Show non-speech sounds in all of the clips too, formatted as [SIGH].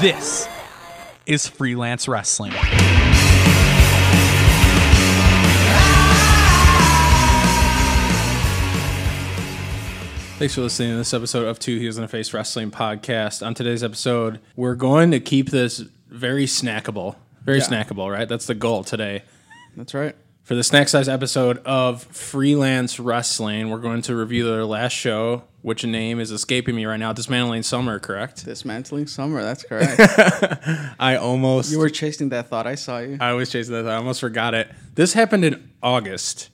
This is freelance wrestling. Thanks for listening to this episode of Two Heels and a Face Wrestling Podcast. On today's episode, we're going to keep this very snackable. Very Yeah. snackable, right? That's the goal today. That's right. For the snack size episode of Freelance Wrestling, we're going to review their last show, which name is escaping me right now. Dismantling Summer, correct? Dismantling [LAUGHS] Summer. That's correct. I almost you were chasing that thought. I saw you. I was chasing that. I almost forgot it. This happened in August.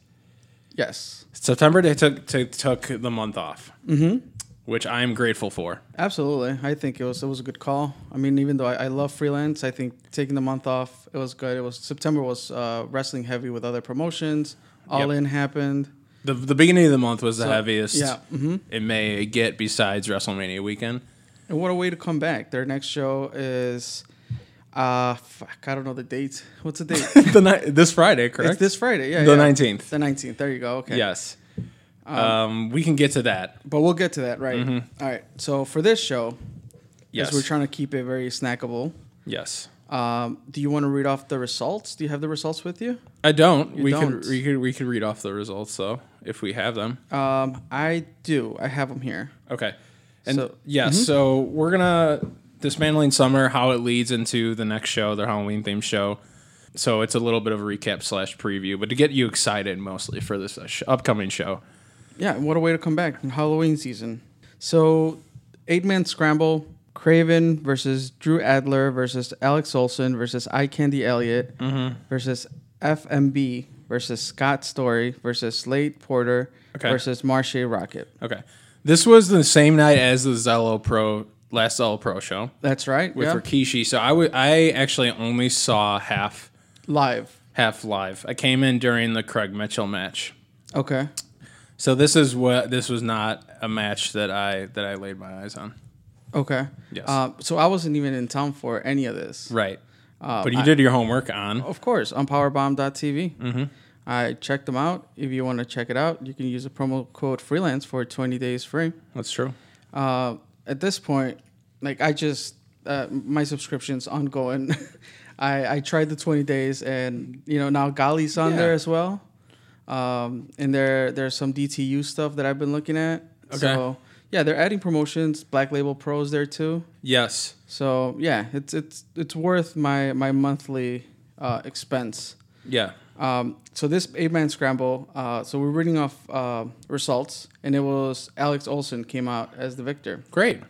Yes. September they took t- took the month off, mm-hmm. which I am grateful for. Absolutely. I think it was it was a good call. I mean, even though I, I love freelance, I think taking the month off, it was good. It was September was uh, wrestling heavy with other promotions. All Yep. in happened. The, the beginning of the month was the heaviest yeah, mm-hmm. it may get besides WrestleMania weekend. [LAUGHS] And what a way to come back. Their next show is uh fuck, I don't know the date. What's the date? [LAUGHS] the ni- this Friday, correct? it's this Friday. Yeah. The yeah. 19th. The 19th. There you go. Okay. Yes. Um, we can get to that. But we'll get to that, right? All right. So for this show, Mm-hmm. Yes. as we're trying to keep it very snackable, yes. Um, do you want to read off the results? Do you have the results with you? I don't. You we don't. could we could we could read off the results though if we have them. Um, I do. I have them here. Okay. And So- mm-hmm. yeah, so we're gonna dismantling summer, how it leads into the next show, their Halloween themed show. So it's a little bit of a recap slash preview, but to get you excited mostly for this uh, sh- upcoming show. Yeah, what a way to come back in Halloween season. So, eight man scramble: Craven versus Drew Adler versus Alex Olson versus Eye Candy Elliott Mm-hmm. versus FMB versus Scott Story versus Slade Porter Okay. versus Marche Rocket. Okay, this was the same night as the Zello Pro last Zello Pro show That's right. with yeah. Rikishi. So I would I actually only saw half Live. half live. I came in during the Craig Mitchell match. Okay. So this is what this was not a match that I that I laid my eyes on. Okay. Yes. Uh, so I wasn't even in town for any of this. Right. Uh, but you did your homework on Of course, on powerbomb.tv. Mm-hmm. I checked them out. If you want to check it out, you can use the promo code freelance for 20 days free. That's true. Uh, at this point, like I just, uh, my subscription's ongoing. [LAUGHS] I, I tried the 20 days and, you know, now Gali's on Yeah. there as well. Um, and there there's some DTU stuff that I've been looking at. Okay. So, yeah, they're adding promotions. Black Label Pros there too. Yes. So, yeah, it's it's it's worth my my monthly uh, expense. Yeah. Um, so this eight man scramble. Uh, so we're reading off uh, results, and it was Alex Olson came out as the victor. Great.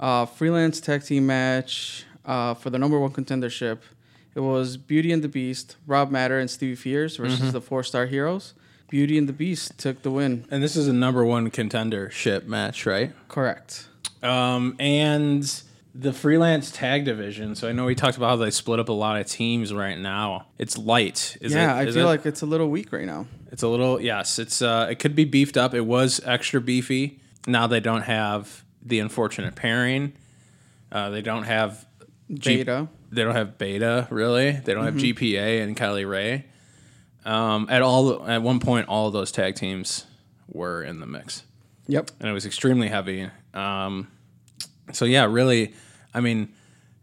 Uh, freelance tag team match uh, for the number one contendership. It was Beauty and the Beast, Rob Matter, and Stevie Fears versus Mm-hmm. the four star heroes. Beauty and the Beast took the win. And this is a number one contendership match, right? Correct. Um, and the freelance tag division. So I know we talked about how they split up a lot of teams right now. It's light. Is yeah, it- I is feel it? like it's a little weak right now. it's a little. Yes, it's. Uh, it could be beefed up. It was extra beefy. Now they don't have the unfortunate pairing. Uh, they don't have G- Beta. Mm-hmm. They don't have Beta really. They don't have GPA and Kylie Ray. Um, at all, at one point, all of those tag teams were in the mix. Yep. and it was extremely heavy. Um, so yeah, really, I mean,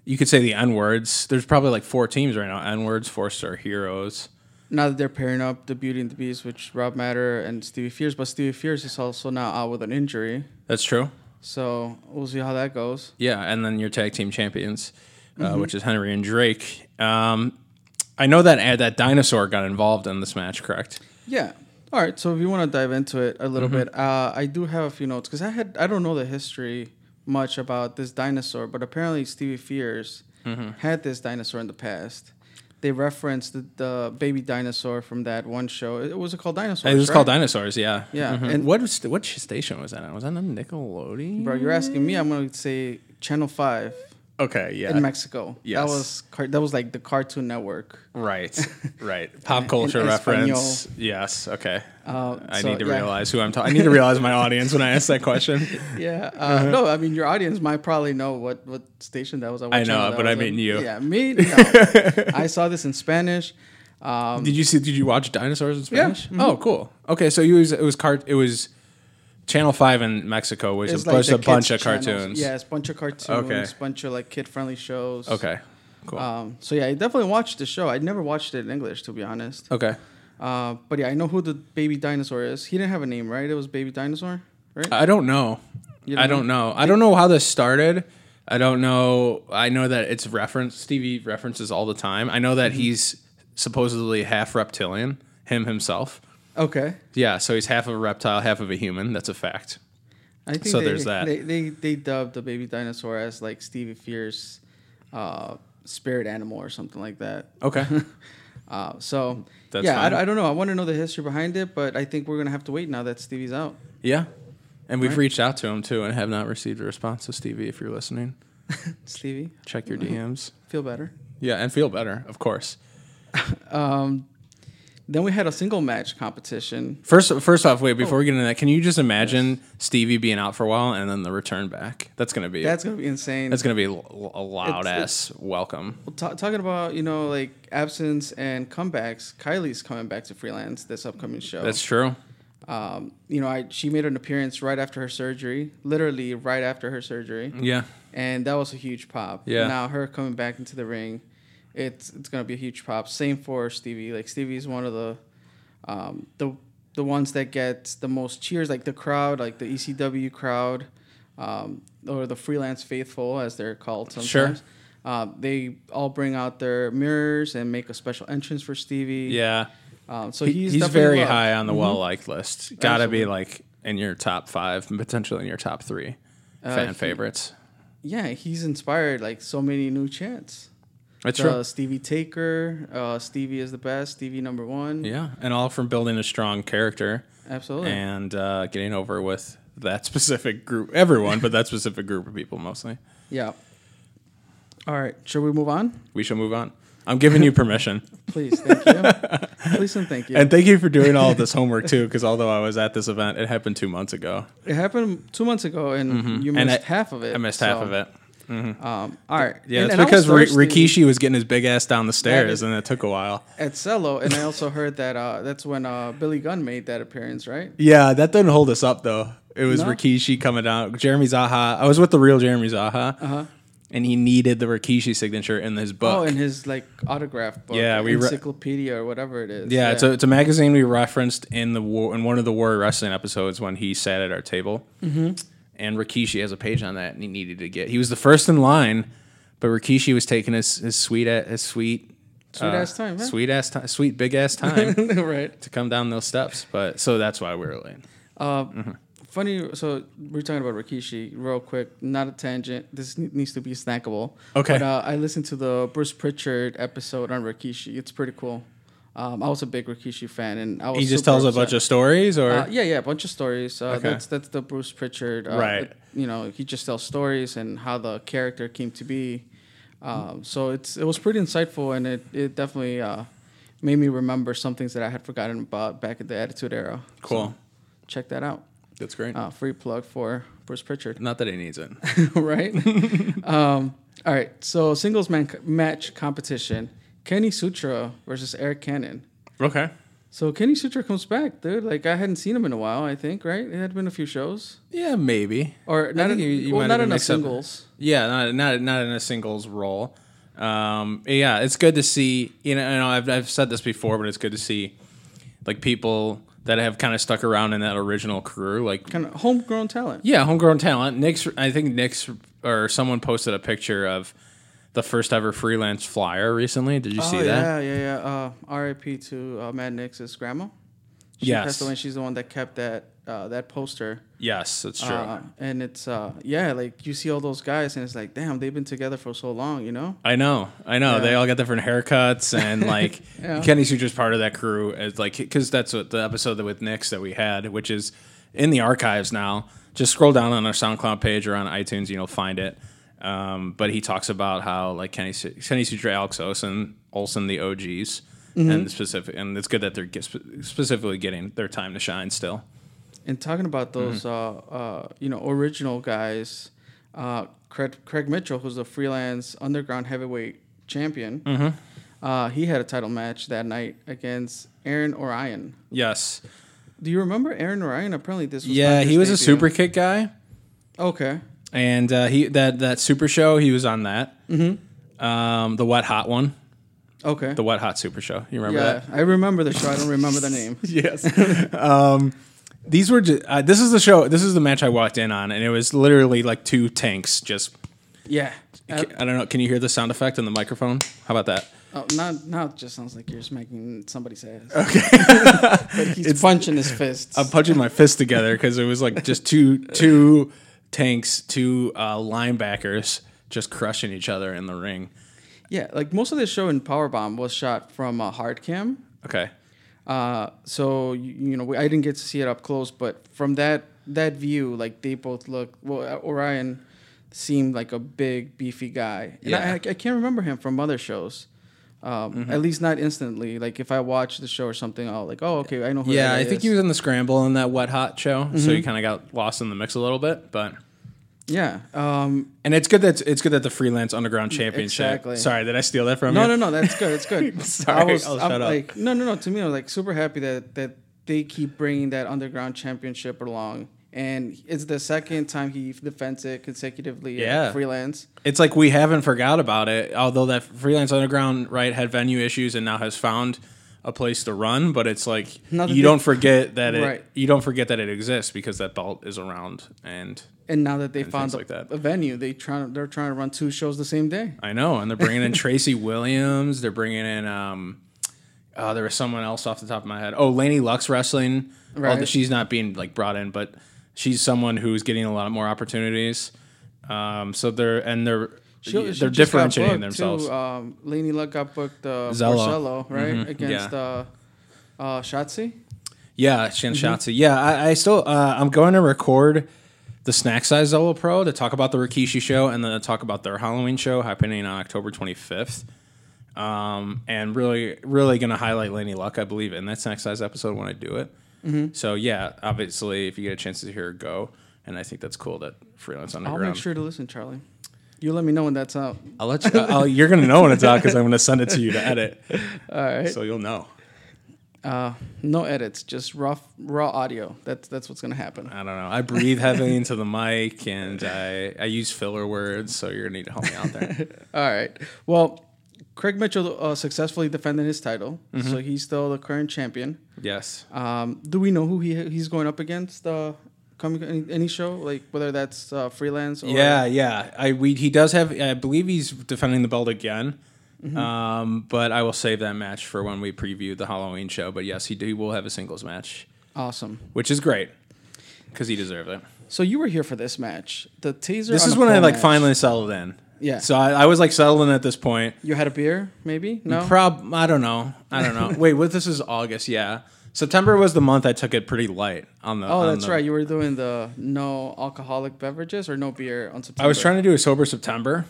you could say the N words. There's probably like four teams right now: N words, four star heroes. Now that they're pairing up the Beauty and the Beast, which Rob Matter and Stevie Fears, but Stevie Fears is also now out with an injury. That's true. So we'll see how that goes. Yeah, and then your tag team champions, Mm-hmm. uh, which is Henry and Drake. Um, I know that uh, that dinosaur got involved in this match, correct? Yeah. All right. So if you want to dive into it a Mm-hmm. little bit, uh, I do have a few notes because I had I don't know the history much about this dinosaur, but apparently Stevie Fears Mm-hmm. had this dinosaur in the past. They referenced the, the baby dinosaur from that one show. It was it called Dinosaur. It was called dinosaurs. Yeah. Yeah, Mhm. and- what was what station was that on? Was that on Nickelodeon? Bro, you're asking me. I'm gonna say Channel Five Okay. Yeah. in Mexico. Uh, Yes. That was car- that was like the Cartoon Network. Right, [LAUGHS] right. Pop culture reference. Yes. Okay. Uh, I so, need to yeah. realize who I'm talking. I need to realize my audience when I ask that question. Yeah. Uh, Uh-huh. No, I mean your audience might probably know what what station that was. on, what I know, channel that but I was on. mean you. [LAUGHS] Yeah, me. No. I saw this in Spanish. [LAUGHS] Um, Did you see? Did you watch dinosaurs in Yeah. mm-hmm. Spanish? Oh, cool. Okay, so you was it was cart. It was Channel Five in Mexico was It's a, was the a bunch of kids' channels. cartoons. Yeah, it's a bunch of cartoons. Okay. bunch of like kid friendly shows. Okay. Cool. Um, so yeah, I definitely watched the show. I never watched it in English, to be honest. okay. Uh, but yeah, I know who the baby dinosaur is. He didn't have a name, right? It was Baby Dinosaur, right? I don't know. You I don't know. I don't know how this started. I don't know. I know that it's referenced. Stevie references all the time. I know that Mm-hmm. he's supposedly half reptilian, him himself. Okay. Yeah, so he's half of a reptile, half of a human. That's a fact. I think So they, there's that. They, they they dubbed the baby dinosaur as like Stevie Fierce, uh, spirit animal or something like that. Okay. [LAUGHS] Uh, so That's yeah, fine. I, I don't know. I want to know the history behind it, but I think we're gonna have to wait now that Stevie's out. yeah. And we've reached out to him too and have not received a response. So, Stevie, if you're listening, Stevie, check your DMs. feel better. Yeah, and feel better, of course. Um, then we had a single match competition. First, first off, wait, before we get into that, can you just imagine Stevie being out for a while and then the return back? That's going to be. That's gonna be insane. That's gonna be l- l- a loud It's- ass welcome. Ta- talking about you know like absence and comebacks. Kylie's coming back to freelance this upcoming show. That's true. um, you know, I she made an appearance right after her surgery, literally right after her surgery, Yeah, and that was a huge pop. Yeah. Now her coming back into the ring, it's it's gonna be a huge pop. Same for Stevie. Like Stevie's one of the, um, the the ones that gets the most cheers, like the crowd, like the ECW crowd, um, or the freelance faithful as they're called sometimes. Uh, they all bring out their mirrors and make a special entrance for Stevie. yeah. Um, so He's, Mm-hmm. he's definitely very loved. high on the well liked list. Got to be like in your top five, and potentially in your top three fan he- favorites. yeah, he's inspired like so many new chants. That's Uh, true. Stevie Taker, uh, Stevie is the best, Stevie number one. Yeah, and all from building a strong character Absolutely. and uh, getting over with that [LAUGHS] specific group, everyone, but that specific group of people mostly. Yeah. All right, should we move on? We shall move on. I'm giving you permission. Please, thank you. Please and thank [LAUGHS] you. And thank you for doing all of this homework too, because although I was at this event, it happened two months ago. it happened two months ago, and you Mm-hmm. missed And I- half of it. I missed half so, of it. Um, all right. Yeah, And- it's and I was because Ri- thirsty Rikishi was getting his big ass down the stairs, is- and it took a while. at Cello, and I also heard that uh, that's when uh, Billy Gunn made that appearance, right? Yeah, that didn't hold us up though. It was No? Rikishi coming down. Jeremy Zaha. I was with the real Jeremy Zaha, and he needed the Rikishi signature Uh-huh. in his book. Oh, in his like autograph book, Yeah, we re- encyclopedia or whatever it is. yeah, it's a it's a magazine we referenced in the war in one of the Warrior Wrestling episodes when he sat at our table. Mm-hmm. And Rikishi has a page on that, and he needed to get. He was the first in line, but Rikishi was taking his his sweet a- his sweet uh, Sweet ass time, yeah. sweet ass time, sweet big ass [LAUGHS] time. [LAUGHS] right. to come down those steps. But so that's why we were late. Uh, Mm-hmm. Funny, so we're talking about Rikishi real quick, not a tangent. This ne- needs to be snackable. Okay. But uh, I listened to the Bruce Pritchard episode on Rikishi. It's pretty cool. Um, I was a big Rikishi fan, and I was. He just super tells a upset. bunch of stories, or Uh, yeah, yeah, a bunch of stories. Uh, Okay. That's that's the Bruce Pritchard. Uh, Right. it- you know, he just tells stories and how the character came to be. Um, so it's it was pretty insightful, and it it definitely uh, made me remember some things that I had forgotten about back at the Attitude Era. cool. So check that out That's great. uh, free plug for Bruce Pritchard, [LAUGHS] Not that he [LAUGHS] needs it. right? um, all right, so singles man match competition: Kenny Sutra versus Eric Cannon. okay. So Kenny Sutra comes back, dude. Like I hadn't seen him in a while. I think right. It had been a few shows, Yeah, maybe. or not. think in- you- you well, might not have enough mixed up- singles. Yeah, not not not in a singles role. Um, yeah, it's good to see. You know, I know I've I've said this before, but it's good to see like people that have kind of stuck around in that original crew, like Kind of homegrown talent. Yeah, homegrown talent. Nick's. I think Nick's or someone posted a picture of the first ever freelance flyer recently. Did you see oh, that? Yeah, yeah, yeah. Uh, R.I.P. to uh, Mad Nix's grandma. She Yes. passed away. She's the one that kept that uh, that poster. Yes, that's true. Uh, and it's uh, yeah, like you see all those guys, and it's like, damn, they've been together for so long, you know. I know, I know. They all got different haircuts, [LAUGHS] and like Kenny Sutra's part of that crew. Is like because that's what the episode that with Nick's that we had, which is in the archives now. Just scroll down on our SoundCloud page or on iTunes, and you'll find it. Um, but he talks about how like Kenny Su- Kenny Sutra, Alex Olsen, Olsen the OGs, and specific, and it's good that they're get, spe- specifically getting their time to shine still. And talking about Mm-hmm. those, uh, uh, you know, original guys, uh, Craig, Craig Mitchell, who's a freelance underground heavyweight champion, Mm-hmm. uh, he had a title match that night against Aaron Orion. Yes, Do you remember Aaron Ryan? Apparently, this was not Yeah, his he was a debut. super kick guy, Okay. and uh, he that that super show he was on that. Mm-hmm. Um, the wet hot one, Okay. the wet hot super show. You remember yeah, that? I remember the show. I don't remember the [LAUGHS] name. yes. um, these were ju- uh, this is the show. This is the match I walked in on, and it was literally like two tanks. Just Yeah. Uh, I don't know. Can you hear the sound effect in the microphone? How about that? oh, not now. It just sounds like you're smacking somebody's ass. Okay. [LAUGHS] [LAUGHS] but he's punching his fists. I'm punching my fist together because it was like just two two tanks, two uh, linebackers just crushing each other in the ring. yeah, like most of the show in Powerbomb was shot from a hard cam. Okay. Uh, so you, you know, we, I didn't get to see it up close, but from that that view, like they both look. Well, uh, Orion seemed like a big, beefy guy, and I, Yeah. Mm-hmm. I can't remember him from other shows. Um, At least not instantly. Like if I watch the show or something, I'll like, oh, okay, I know who. that Yeah, guy I think is. he was in the scramble in that wet hot show, so he kind of got lost in the mix a little bit. But Yeah. Um, and it's good that it's good that the freelance underground championship. Mm, Exactly. Sorry, did I steal that from No, you? no, no. That's good. [LAUGHS] That's good. Sorry, I was, I'll I'm shut up. like, No, no, no. To me, I was like super happy that that they keep bringing that underground championship along, and it's the second time he defends it consecutively. at Yeah. freelance. It's like we haven't forgot about it, although that freelance underground right had venue issues and now has found a place to run. But it's like Not that you they- don't forget that it Right. you don't forget that it exists because that belt is around. And And now that they things found a, like that. Uh, a venue, they try they're trying to run two shows the same day. I know, and they're bringing in Tracy Williams. They're bringing in um, uh, there was someone else off the top of my head. Oh, Laney Lux wrestling. Right. Although Right. she's not being like brought in, but she's someone who's getting a lot more opportunities. Um, so they're and they're She- she they're just got differentiating booked, themselves. Too. Um, Laney Luck got booked. Uh, Zello. Porcello, right against Mm-hmm. Yeah. uh, uh, Shotzi. Yeah, Mm-hmm. Shanshatsu. Yeah, I, I still uh, I'm going to record the Snack Size Zello Pro to talk about the Rikishi show and then to talk about their Halloween show happening on October 25th. Um, and really, really going to highlight Laney Luck, I believe, in that Snack Size episode when I do it. Mm-hmm. So yeah, obviously, if you get a chance to hear it, go. And I think that's cool that freelance I'll underground. make sure to listen, Charlie. You let me know when that's out. I'll let you. I'll, you're gonna know when it's out because I'm gonna send it to you to edit. [LAUGHS] All right. So you'll know. Uh, no edits, just raw raw audio. That's that's what's gonna happen. I don't know. I breathe heavily into the mic and I, I use filler words, so you're gonna need to help me out there. [LAUGHS] All right. Well, Craig Mitchell uh, successfully defended his title, Mm-hmm. so he's still the current champion. yes. Um, do we know who he he's going up against? Uh, coming any, any show, like whether that's uh, freelance or Yeah, yeah. I we he does have. I believe he's defending the belt again. Um, but I will save that match for when we preview the Halloween show. But yes, he, do, he will have a singles match, awesome. which is great because he deserved it. So you were here for this match, the taser. This on is a when I pole like match. finally settled in. Yeah. So I, I was like settling at this point. You had a beer, maybe? Mm, No. Prob I don't know. I don't [LAUGHS] know. Wait, what? This is August. Yeah. September was the month I took it pretty light on the. oh, on that's the- right. You were doing the no alcoholic beverages or no beer on September. I was trying to do a sober September.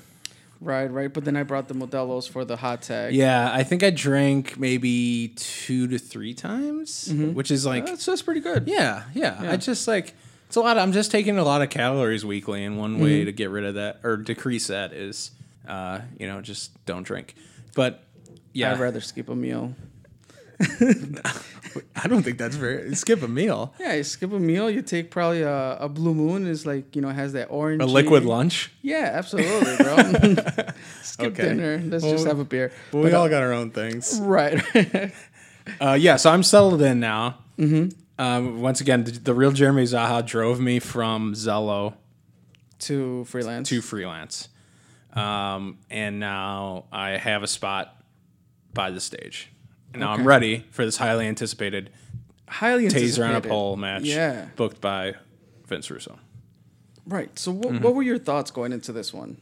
Right, right. But then I brought the Modelo's for the hot tag. Yeah, I think I drank maybe two to three times, which is like, That's, that's pretty good. yeah, Mm-hmm. yeah, I just like it's a lot. Of, I'm just taking a lot of calories weekly, and one way to get rid of that or decrease that is, uh, you know, just don't drink. But yeah, I'd rather skip a meal. I don't think that's very skip a meal, Yeah, you skip a meal. You take probably a, a blue moon is like you know has that [LAUGHS] orange. a liquid lunch. Yeah, [LAUGHS] absolutely, bro. skip Okay. dinner. Let's Well, just have a beer. we all got our own things. Right. [LAUGHS] Uh, yeah, so I'm settled in now. Mm-hmm. Um, once again, the, the real Jeremy Zaha drove me from Zello to freelance. to freelance. Um, and now I have a spot by the stage. And now I'm ready for this highly anticipated highly taser on a anticipated. pole match Yeah. booked by Vince Russo. Right. So what, Mm-hmm. what were your thoughts going into this one?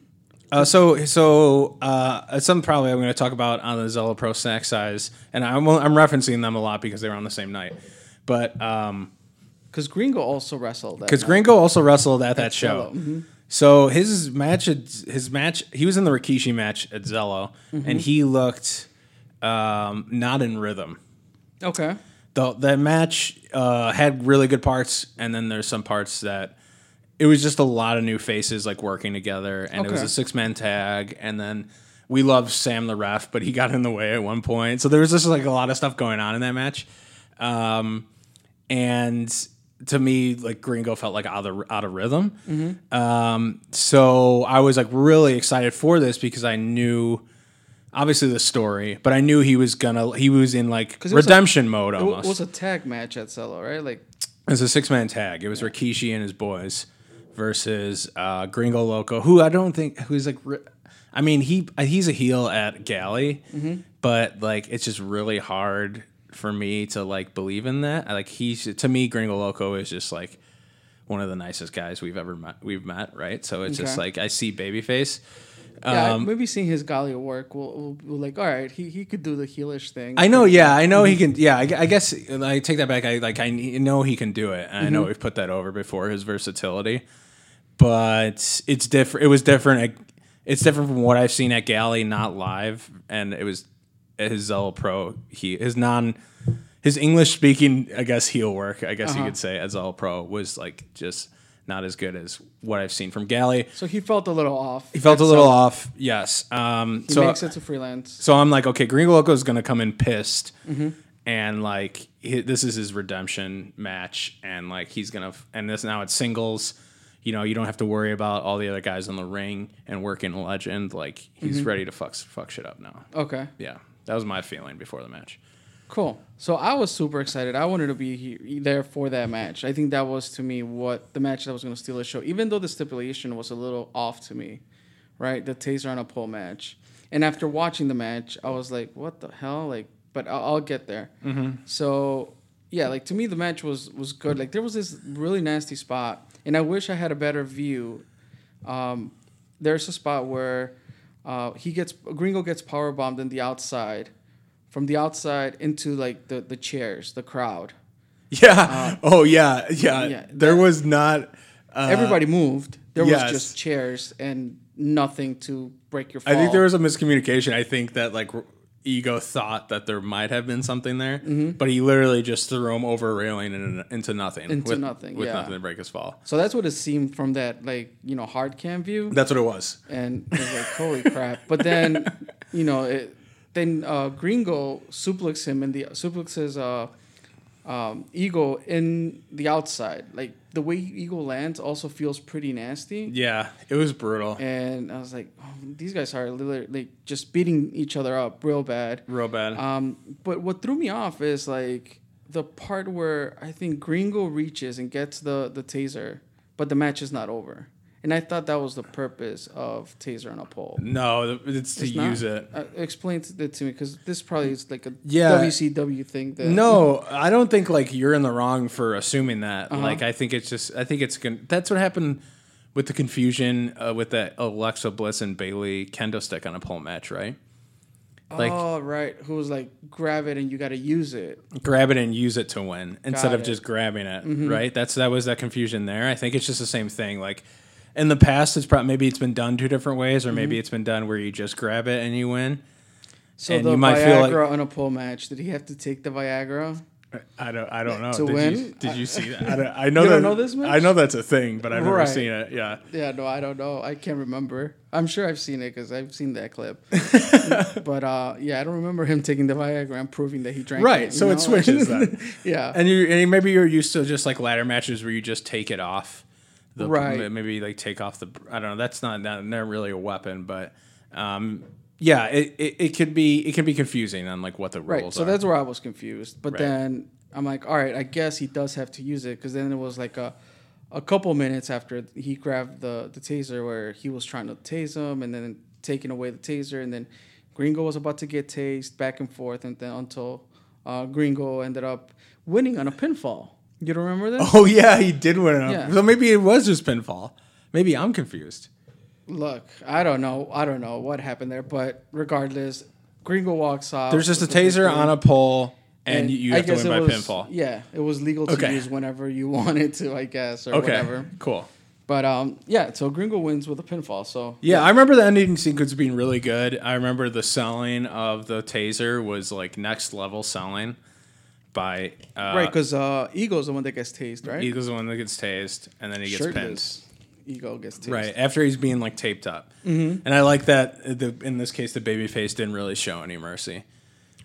Uh, so, so uh, it's something probably I'm going to talk about on the Zella Pro Snack Size, and I'm, I'm referencing them a lot because they were on the same night. But um, Because Gringo also wrestled. that because night. Gringo also wrestled at that show. Zello, mhm. So his match, at, his match, he was in the Rikishi match at Zello, Mm-hmm. and he looked um, not in rhythm. Okay. The that match uh, had really good parts, and then there's some parts that it was just a lot of new faces like working together, and it was Okay. a six man tag, and then. We love Sam the ref, but he [LAUGHS] got in the way at one point. So there was just like a lot of stuff going on in that match. Um, and to me, like Gringo felt like out of out of rhythm. Mm-hmm. Um, so I was like really excited for this because I knew. Obviously the story, but I knew he was gonna. He was in like 'Cause it was a- redemption mode It wa- almost. was a tag match at Cello, right? Like It was a six man tag. It was Rikishi and his boys versus uh, Gringo Loco, who I don't think who's like. re- I mean, he uh, he's a heel at Galley, but like it's just really hard for me to like believe in that. I, Like he's to me, Gringo Loco is just like one of the nicest guys we've ever met. We've met, right? So it's just Okay. like I see babyface. yeah, Um, maybe seeing his Galio work will will will like all right, he, he could do the heelish thing. I know, yeah, I know he Mm-hmm. can. Yeah, I, I guess I take that back. I like, I know he can do it, and I Mm-hmm. know we've put that over before his versatility, but it's different. It was different. at- It's different from what I've seen at Galley, not live, and it was at his Zell Pro. He his non his English speaking, I guess heel work. I Uh-huh. guess you could say at Zell Pro was like just not as good as what I've seen from Galley. So he felt a little off. He felt a little off. Yes. Um, He so makes it to freelance. so I'm like, okay, Gringo Loco is gonna come in pissed, and like he, this is his redemption match, and like he's gonna f- and this now it's singles. You know, you don't have to worry about all the other guys in the ring and working a legend. Like he's ready to fuck fuck shit up now. Okay, Yeah, that was my feeling before the match. [LAUGHS] cool. So I was super excited. I wanted to be he- there for that match. I think that was to me what the match that was going to steal the show. Even though the stipulation was a little off to me, right? The taser on a pole match. And after watching the match, I was like, what the hell? Like, but I'll, I'll get there. So yeah, like to me, the match was was good. Like there was this really nasty spot, and I wish I had a better view um, there's a spot where uh, he gets Gringo gets power bombed in the outside, from the outside into like the the chairs, the crowd. Yeah. oh yeah, yeah. yeah, there was not. Uh, Everybody moved. There yes. was just chairs and nothing to break your fall. I think there was a miscommunication. I think that like ego thought that there might have been something there, Mm-hmm. but he literally just threw him over a railing and into nothing. Into with, nothing, With yeah. nothing to break his fall. So that's what it seemed from that like you know hard cam view, That's what it was. and it was like holy crap. [LAUGHS] But then you know it, then uh, Gringo suplexes him in the suplexes uh, um, Eagle in the outside. Like the way Eagle lands also feels pretty nasty. Yeah, it was brutal, And I was like, oh, these guys are literally like, just beating each other up real bad. real bad. Um, but what threw me off is like the part where I think Gringo reaches and gets the the taser, but the match is not over. And I thought that was the purpose of taser on a pole. no, it's to use it. Uh, explain it to me because this probably is like a Yeah. WCW thing. That No, I don't think like you're in the wrong for assuming Uh-huh. that. Like I think it's just I think it's gon- that's what happened with the confusion uh, with that Alexa Bliss and Bailey kendo stick on a pole match, right? Like oh right, who was like grab it and you got to use it. grab it and use it to win instead Got of it. Mm-hmm. just grabbing it, right? That's that was that confusion there. I think it's just the same thing. Like in the past, it's probably maybe it's been done two different ways, or maybe Mm-hmm. it's been done where you just grab it and you win. So And the you might feel Viagra like- on a pole match. Did he have to take the Viagra? I don't. I don't know. To did you win? did you see [LAUGHS] that? I, don't, I know You that. don't know this I match? know that's a thing, but I've never Right. seen it. Yeah. Yeah, no, I don't know. I can't remember. I'm sure I've seen it because I've seen [LAUGHS] that clip. but uh, yeah, I don't remember him taking the Viagra and proving that he drank. Right, you so it know? switches [LAUGHS] then. yeah. And you and maybe you're used to just like ladder matches where you just take it off. The, Right. Maybe like take off the. I don't know. That's not not, not really a weapon, but um, yeah, it, it, it could be it can be confusing on like what the rules right. So are. that's where I was confused. But Right. then I'm like, all right, I guess he does have to use it because then it was like a, a couple minutes after he grabbed the, the taser where he was trying to tase him and then taking away the taser and then Gringo was about to get tased back and forth and then until uh, Gringo ended up winning on a pinfall. You don't remember [LAUGHS] that? [LAUGHS] oh yeah, he did win. it. Yeah. So maybe it was just pinfall. Maybe I'm confused. Look, I don't know. I don't know what happened there, but regardless, Gringo walks off. There's just a taser on a pole, and, you you I have to guess win by it was- pinfall. Yeah, it was legal to Okay. use whenever you [LAUGHS] wanted to, I guess, or Okay. whatever. Cool. But um, yeah, so Gringo wins with a pinfall. So Yeah, I remember the ending sequence being really good. I remember the selling of the taser was like next level selling by uh, right, because uh, Ego's the one that gets tased, right? Eagle's the one that gets tased, and then he gets Shirtless. Ego gets tased. pinned. Right after he's being like taped up, mm-hmm. and I like that. The in this case, the baby face didn't really show any mercy,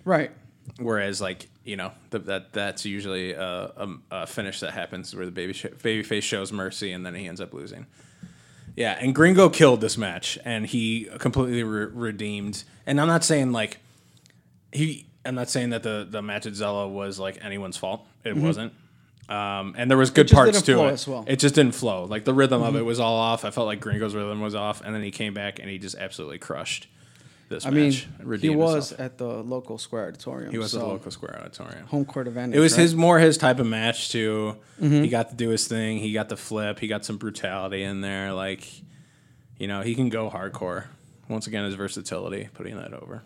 Right. whereas like you know the, that that's usually a, a, a finish that happens where the baby sh- babyface shows mercy and then he ends up losing. Yeah, and Gringo killed this match, and he completely re- redeemed. And I'm not saying like he. I'm not saying that the the match at Zella was like anyone's fault. It wasn't. Um, and there was good Mm-hmm. just parts didn't to flow it. as well. Mm-hmm. It just didn't flow. Like the rhythm of it was all off. I felt like Gringo's rhythm was off, and then he came back and he just absolutely crushed this I mean, match. he redeemed was himself. at the local square auditorium. he was at so the local square auditorium. home court advantage. It was right? Mm-hmm. his more his type of match too. He got to do his thing. He got the flip. He got some brutality in there. Like, you know, he can go hardcore. Once again, his versatility putting that over.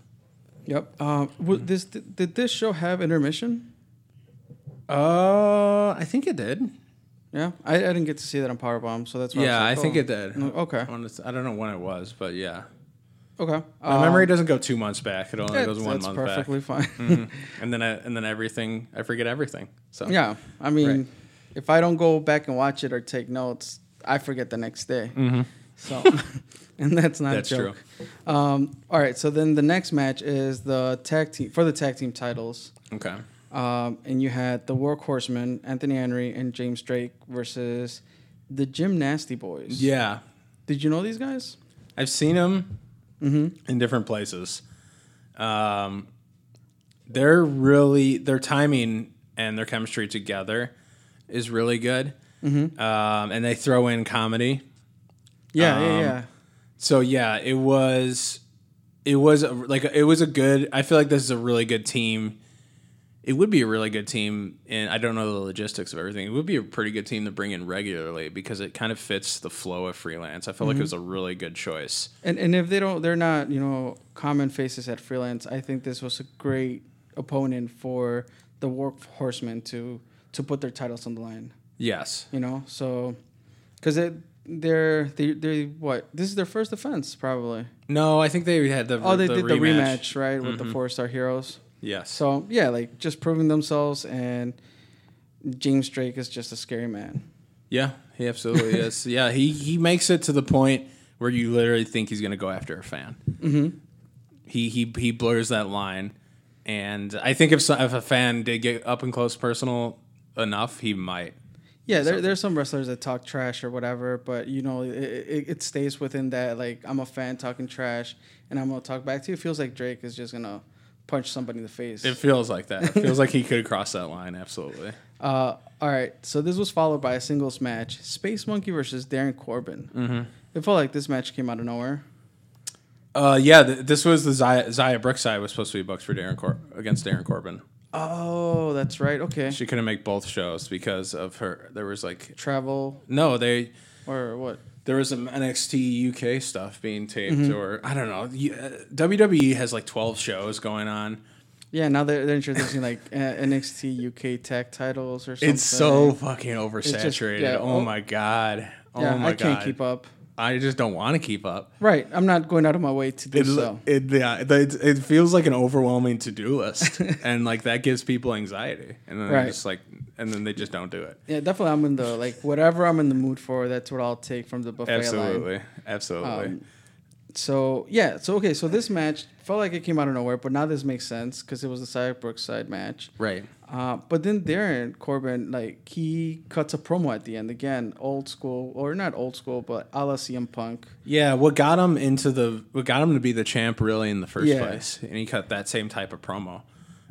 Yep. Um, Mm-hmm. would this did, did this show have intermission? Uh, I think it did. Yeah, I, I didn't get to see that on Powerbomb, so that's why Yeah, I was like, think oh. it did. No, okay. I wanna s- I don't know when it was, but yeah, Okay. my Um, memory doesn't go two months back. Mm-hmm. It only yeah, goes one that's month perfectly fine. back. And then I, and then everything I forget everything. So [LAUGHS] yeah, I mean, if I don't go back and watch it or take notes, I forget the next day. So, [LAUGHS] and that's not Mm-hmm. That's a true. joke. Um, all right, so then the next match is the tag team for the tag team titles. okay. Um, and you had the War Horsemen, Anthony Henry and James Drake versus the Gym Nasty Boys. Yeah, Did you know these guys? I've seen them in different places. Um, they're really their timing and their chemistry together is really good. Um, and they throw in comedy, Yeah, yeah, Um, yeah. so yeah, it was it was a, like it was a good. I feel like this is a really good team. It would be a really good team, and I don't know the logistics of everything. It would be a pretty good team to bring in regularly because it kind of fits the flow of freelance. I felt like it was a really good choice. And and if they don't, they're not you know common faces at freelance. I think this was a great opponent for the War Horsemen to to put their titles on the line. Yes, You know, so because it. They're they they what? This is their first offense, probably. No, I think they had the Oh, they did the rematch, right, with the four star heroes. Yes. So yeah, like just proving themselves, and James Drake is just a scary man. yeah, he absolutely [LAUGHS] is. Yeah, he he makes it to the point where you literally think he's going to go after a fan. Mm-hmm. He he he blurs that line, and I think if so, if a fan did get up and close personal enough, he might. Yeah, there, there's some wrestlers that talk trash or whatever, but you know, it, it, it stays within that. Like, I'm a fan talking trash, and I'm gonna talk back to you. It feels like Drake is just gonna punch somebody in the face. It feels like that. It feels like he could cross that line. Absolutely. uh, all right, so this was followed by a singles match: Space Monkey versus Darren Corbin. Mm-hmm. It felt like this match came out of nowhere. Uh, yeah, th- this was the Zaya, Zaya Brookside was supposed to be booked for Darren Cor- against Darren Corbin. Oh, that's right. Okay, She couldn't make both shows because of her. There was like travel no, they or what? there was some NXT UK stuff being taped, or I don't know. You- uh, WWE has like twelve shows going on. Yeah, now they're, they're introducing like [LAUGHS] uh, NXT UK tag titles or something. It's so fucking oversaturated. yeah, oh, oh- my god. Oh yeah, my I can't god. keep up. I just don't want to keep up. Right, I'm not going out of my way to do It, so. it, yeah, it, it feels like an overwhelming to do [LAUGHS] list, and like that gives people anxiety, and then Right. they just like, and then they just don't do it. Yeah, definitely. I'm in the like whatever I'm in the mood for. That's what I'll take from the buffet line. Absolutely, absolutely. So yeah. So okay. So this match felt like it came out of nowhere, but now this makes sense because it was the Cyborg side match. right. Uh, but then Darren Corbin, like he cuts a promo at the end again, old school or not old school, but a la CM Punk. Yeah, what got him into the what got him to be the champ really in the first Yeah. place, and he cut that same type of promo.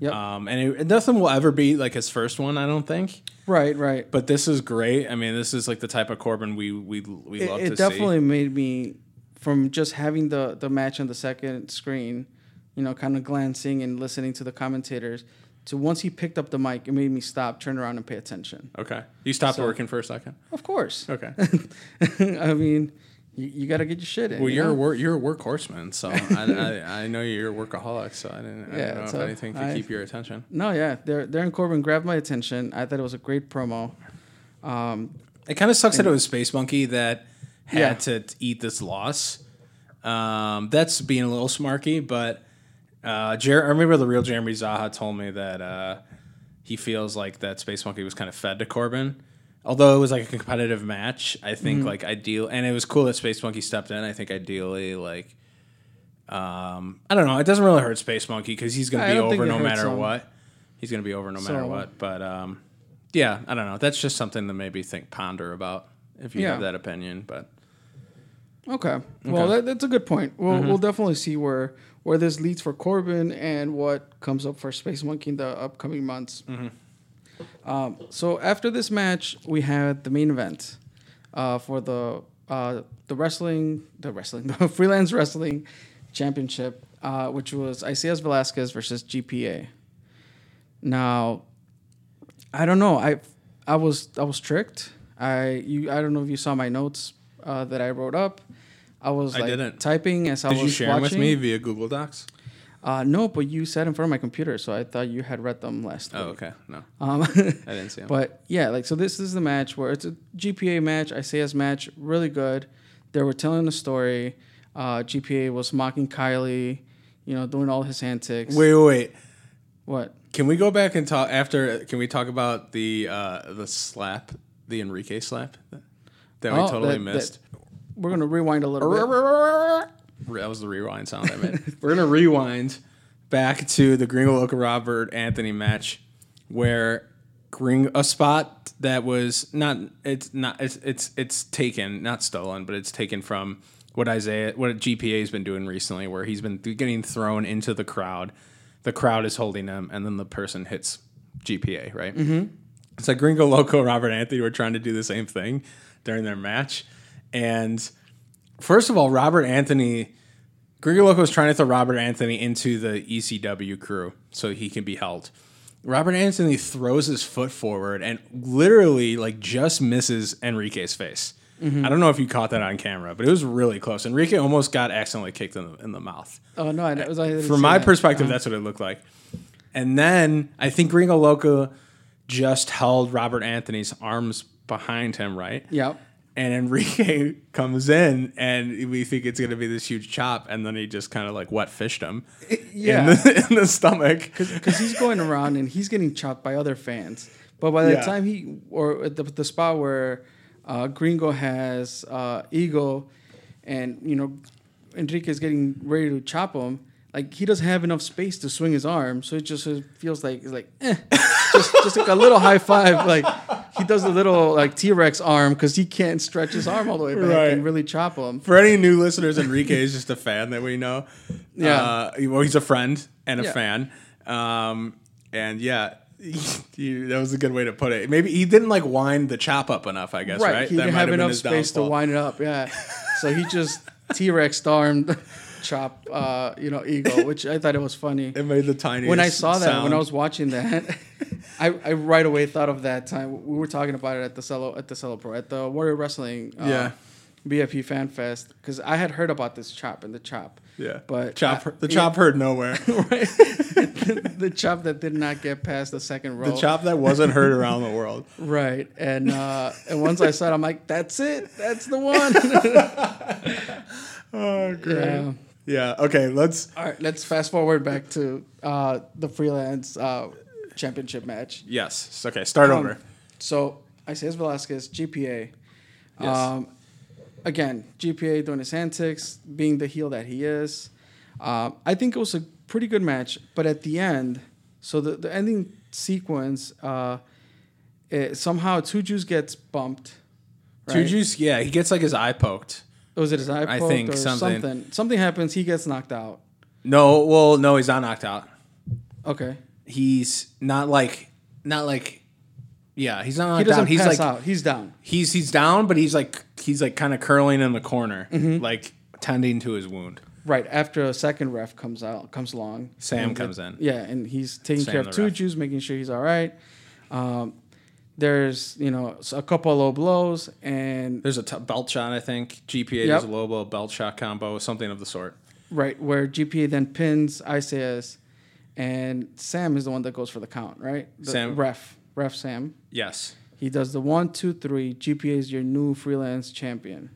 Yep. Um, and it, nothing will ever be like his first one, I don't think. right. Right. But this is great. I mean, this is like the type of Corbin we we we it, love it to definitely made me from just having the the match on the second screen you know kind of glancing and listening to the commentators to once he picked up the mic it made me stop turn around and pay attention see. Okay, you stopped working for a second. of course [LAUGHS] Okay. i mean you, you got to get your shit in Well, you you're a know? work, you're a workhorseman, [LAUGHS] so I, I, I know you're a workaholic. So I didn't I Yeah, don't know if so anything could I- keep your attention. no yeah Dar- darren corbin grabbed my attention i thought it was a great promo um It kind of sucks that it was Space Monkey that had Yeah. to t- eat this loss. Um, that's being a little smarky, but uh, Jer- I remember the real Jeremy Zaha told me that uh, he feels like that Space Monkey was kind of fed to Corbin. Although it was like a competitive match, I think Mm-hmm. like ideal, and it was cool that Space Monkey stepped in. I think ideally, like, um, I don't know, it doesn't really hurt Space Monkey because he's going I to be don't think over it no hurts matter him. what. he's gonna be over no So- matter what. But um, yeah, I don't know. That's just something to maybe think ponder about if you have Yeah. that opinion. But Okay. Well, that, that's a good point. We'll, Mm-hmm. we'll definitely see where where this leads for Corbin and what comes up for Space Monkey in the upcoming months. Um, so after this match, we had the main event uh, for the uh, the wrestling the wrestling [LAUGHS] the freelance wrestling championship, uh, which was ICS Velasquez versus GPA. Now, I don't know. I I was I was tricked. I you I don't know if you saw my notes uh, that I wrote up. I was I like didn't. typing as I did was you share watching. them with me via Google Docs? Uh, no, but you sat in front of my computer, so I thought you had read them last. Oh, week. okay. No, Um, [LAUGHS] I didn't see them. But yeah, like so this is the match where it's a GPA match, ICS match, really good. They were telling a story. Uh, GPA was mocking Kylie, you know, doing all his antics. wait, wait, wait. What? Can we go back and talk after? Can we talk about the uh, the slap, the Enrique slap that we Oh, totally that- that- missed? We're gonna rewind a little bit. That was the rewind sound I made. [LAUGHS] We're gonna rewind back to the Gringo Loco Robert Anthony match, where Gring a spot that was not it's not it's it's it's taken not stolen but it's taken from what Isaiah what GPA has been doing recently, where he's been th- getting thrown into the crowd, the crowd is holding him, and then the person hits GPA right. Mm-hmm. It's like Gringo Loco, Robert Anthony were trying to do the same thing during their match. And first of all, Robert Anthony, Gringo Loco was trying to throw Robert Anthony into the ECW crew so he can be held. Robert Anthony throws his foot forward and literally like just misses Enrique's face. I don't know if you caught that on camera, but it was really close. Enrique almost got accidentally kicked in the, in the mouth. Oh no, I, I was I didn't From see my that. perspective, that's what it looked like. And then I think Gringo Loco just held Robert Anthony's arms behind him, right? Yep. And Enrique [LAUGHS] comes in, and we think it's going to be this huge chop, and then he just kind of like wet fished him Yeah. in, the, [LAUGHS] in the stomach. because he's going around and he's getting chopped by other fans. But by the Yeah. time he or at the, the spot where uh, Gringo has uh, Eagle, and you know Enrique is getting ready to chop him, like he doesn't have enough space to swing his arm, so it just sort of feels like it's like eh. just just like a little high five, like he does a little like T Rex arm because he can't stretch his arm all the way back Right. and really chop him. For any new listeners, Enrique is just a fan that we know. Yeah. Uh, well, he's a friend and a Yeah. fan. Um, and yeah. [LAUGHS] he- that was a good way to put it. Maybe he didn't like wind the chop up enough. I guess right. right, he That didn't might have been enough his space to downfall. wind it [LAUGHS] up. Yeah, so he just T Rex armed [LAUGHS] chop, uh, you know, eagle, which I thought it was funny. It made the tiniest. When I saw that, when sound. I was watching that, [LAUGHS] I, I right away thought of that time. We were talking about it at the cello at the cello pro at the Warrior Wrestling. Uh, Yeah. BFP Fan Fest because I had heard about this chop and the chop. yeah, but chop I- the chop heard nowhere. [LAUGHS] [LAUGHS] the chop that did not get past the second row. the chop that wasn't heard around the [LAUGHS] world. Right. And uh, and once I saw it, I'm like, that's it. That's [LAUGHS] the one. [LAUGHS] Oh, great. Yeah. Yeah. Okay. Let's. All right, let's fast forward back to uh, the freelance uh, championship match. Yes. Okay. Start Um, over. So Isaias Velasquez, GPA. Yes. Um, again, GPA doing his antics, being the heel that he is. Uh, I think it was a pretty good match, but at the end, so the, the ending sequence, uh, it, somehow two Jews gets bumped. right? Juju's. Yeah. He gets like his eye poked. Was it his eye I poked think or something. something? Something happens. He gets knocked out. No. Well. No. He's not knocked out. Okay. He's not like. Not like. Yeah. He's not knocked He doesn't out. He's pass like. out. He's down. He's he's down, but he's like he's like kind of curling in the corner, like tending to his wound. Right after a second ref comes out, comes along. Sam And comes the- in. Yeah, and he's taking Sam care of the two ref. Jews, making sure he's all right. Um, there's you know s- a couple of low blows, and There's a t- belt shot, I think. GPA Yep. does a low blow belt shot combo, something of the sort. right where GPA then pins Isaias, and Sam is the one that goes for the count, right? The Sam- ref, ref Sam. Yes. He does the one, two, three. GPA is your new freelance champion.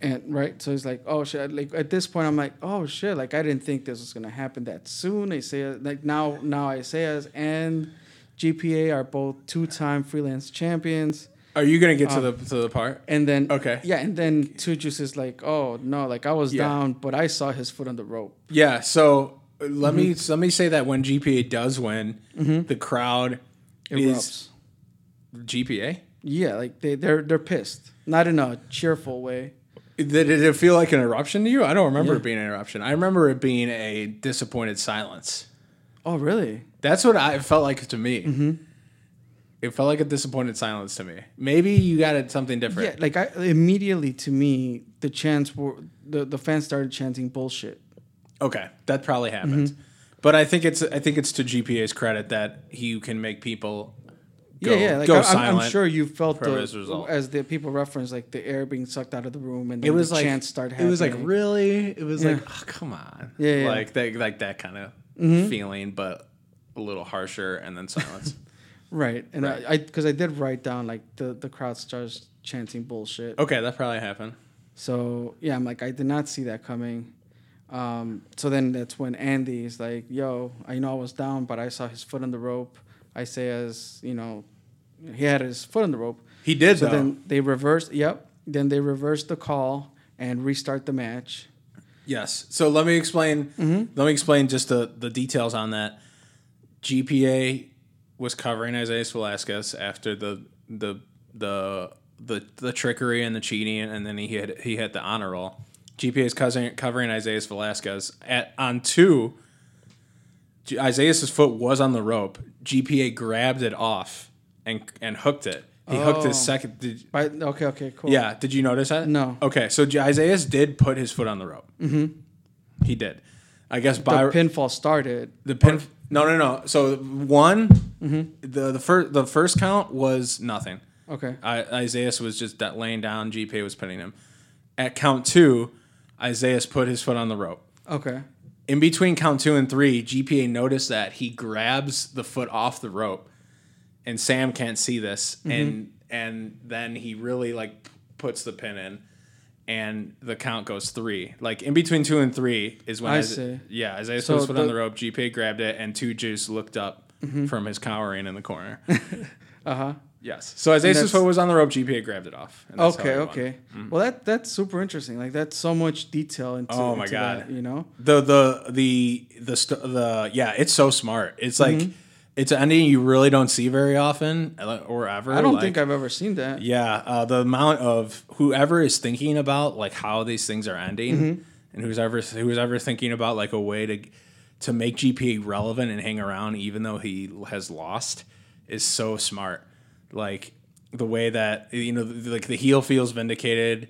And right, so he's like, oh shit! Like at this point, I'm like, oh shit! Like I didn't think this was gonna happen that soon. I say like now, now Isaias and GPA are both two-time freelance champions. Are you gonna get to the to the part? And then Okay. yeah, and then Two Juice is like, oh no, like I was Yeah. down, but I saw his foot on the rope. Yeah. So let me let me say that when GPA does win, the crowd erupts. is GPA. Yeah, like they they're they're pissed, not in a cheerful way. Did did it feel like an eruption to you? I don't remember it Yeah. being an eruption. I remember it being a disappointed silence. Oh, really? That's what I it felt like to me. Mm-hmm. It felt like a disappointed silence to me. Maybe you got it something different. Yeah, like I immediately to me, the chants were the the fans started chanting bullshit. Okay, that probably happened. Mm-hmm. But I think it's I think it's to GPA's credit that he can make people go, yeah, yeah. Like go I, I'm- I'm, silent. sure you felt for the, his result. as the people reference like the air being sucked out of the room, and then it was the like chants start happening. it was like really it was like Yeah. oh, come on Yeah, Mm-hmm. yeah. like that like that kind of feeling but a little harsher and then [LAUGHS] silence. right, and I because I, did write down like the the crowd starts chanting bullshit. okay, that probably happened. So yeah, I'm like I did not see that coming. Um, so then that's when Andy is like, "Yo, I know I was down, but I saw his foot on the rope." Isaiah's, you know, he had his foot on the rope. He did So though. then they reverse. Yep. Then they reverse the call and restart the match. Yes. So let me explain. Mm-hmm. Let me explain just the the details on that. GPA was covering Isaiah Velasquez after the the the the the trickery and the cheating, and then he had he had the honor roll. GPA is covering, covering Isaiah Velasquez at on two. G- Isaiah's foot was on the rope. GPA grabbed it off and and hooked it. He hooked his Oh. second. Did, But okay, okay, cool. yeah. Did you notice that? No. Okay. So J- Isaias did put his foot on the rope. Mm-hmm. He did. I guess The by pinfall started. the pin. No, no, no. So one, Mm-hmm. the the first the first count was nothing. Okay. I, Isaias was just that laying down. GP was pinning him. At count two, Isaias put his foot on the rope. Okay. In between count two and three, GPA noticed that he grabs the foot off the rope, and Sam can't see this, Mm-hmm. and and then he really like p- puts the pin in, and the count goes three. Like in between two and three is when I Isa- see. yeah Isaiah So put his foot on the- the Mm-hmm. rope. GPA grabbed it, and two juice looked up from his cowering in the [LAUGHS] corner. Uh huh. yes, so Isaiah's that's- foot was on the rope. GPA grabbed it off. and that's how Okay. he won. Mm-hmm. Okay. Well, that that's super interesting. Like that's so much detail into. Oh my into that, God. you know. the the the the st- the yeah it's so smart it's like Mm-hmm. it's an ending you really don't see very often uh, or ever I don't like- think I've ever seen that. yeah uh, the amount of whoever is thinking about like how these things are ending Mm-hmm. and who's ever who's ever thinking about like a way to to make gpa relevant and hang around even though he has lost is so smart like the way that you know the, like the heel feels vindicated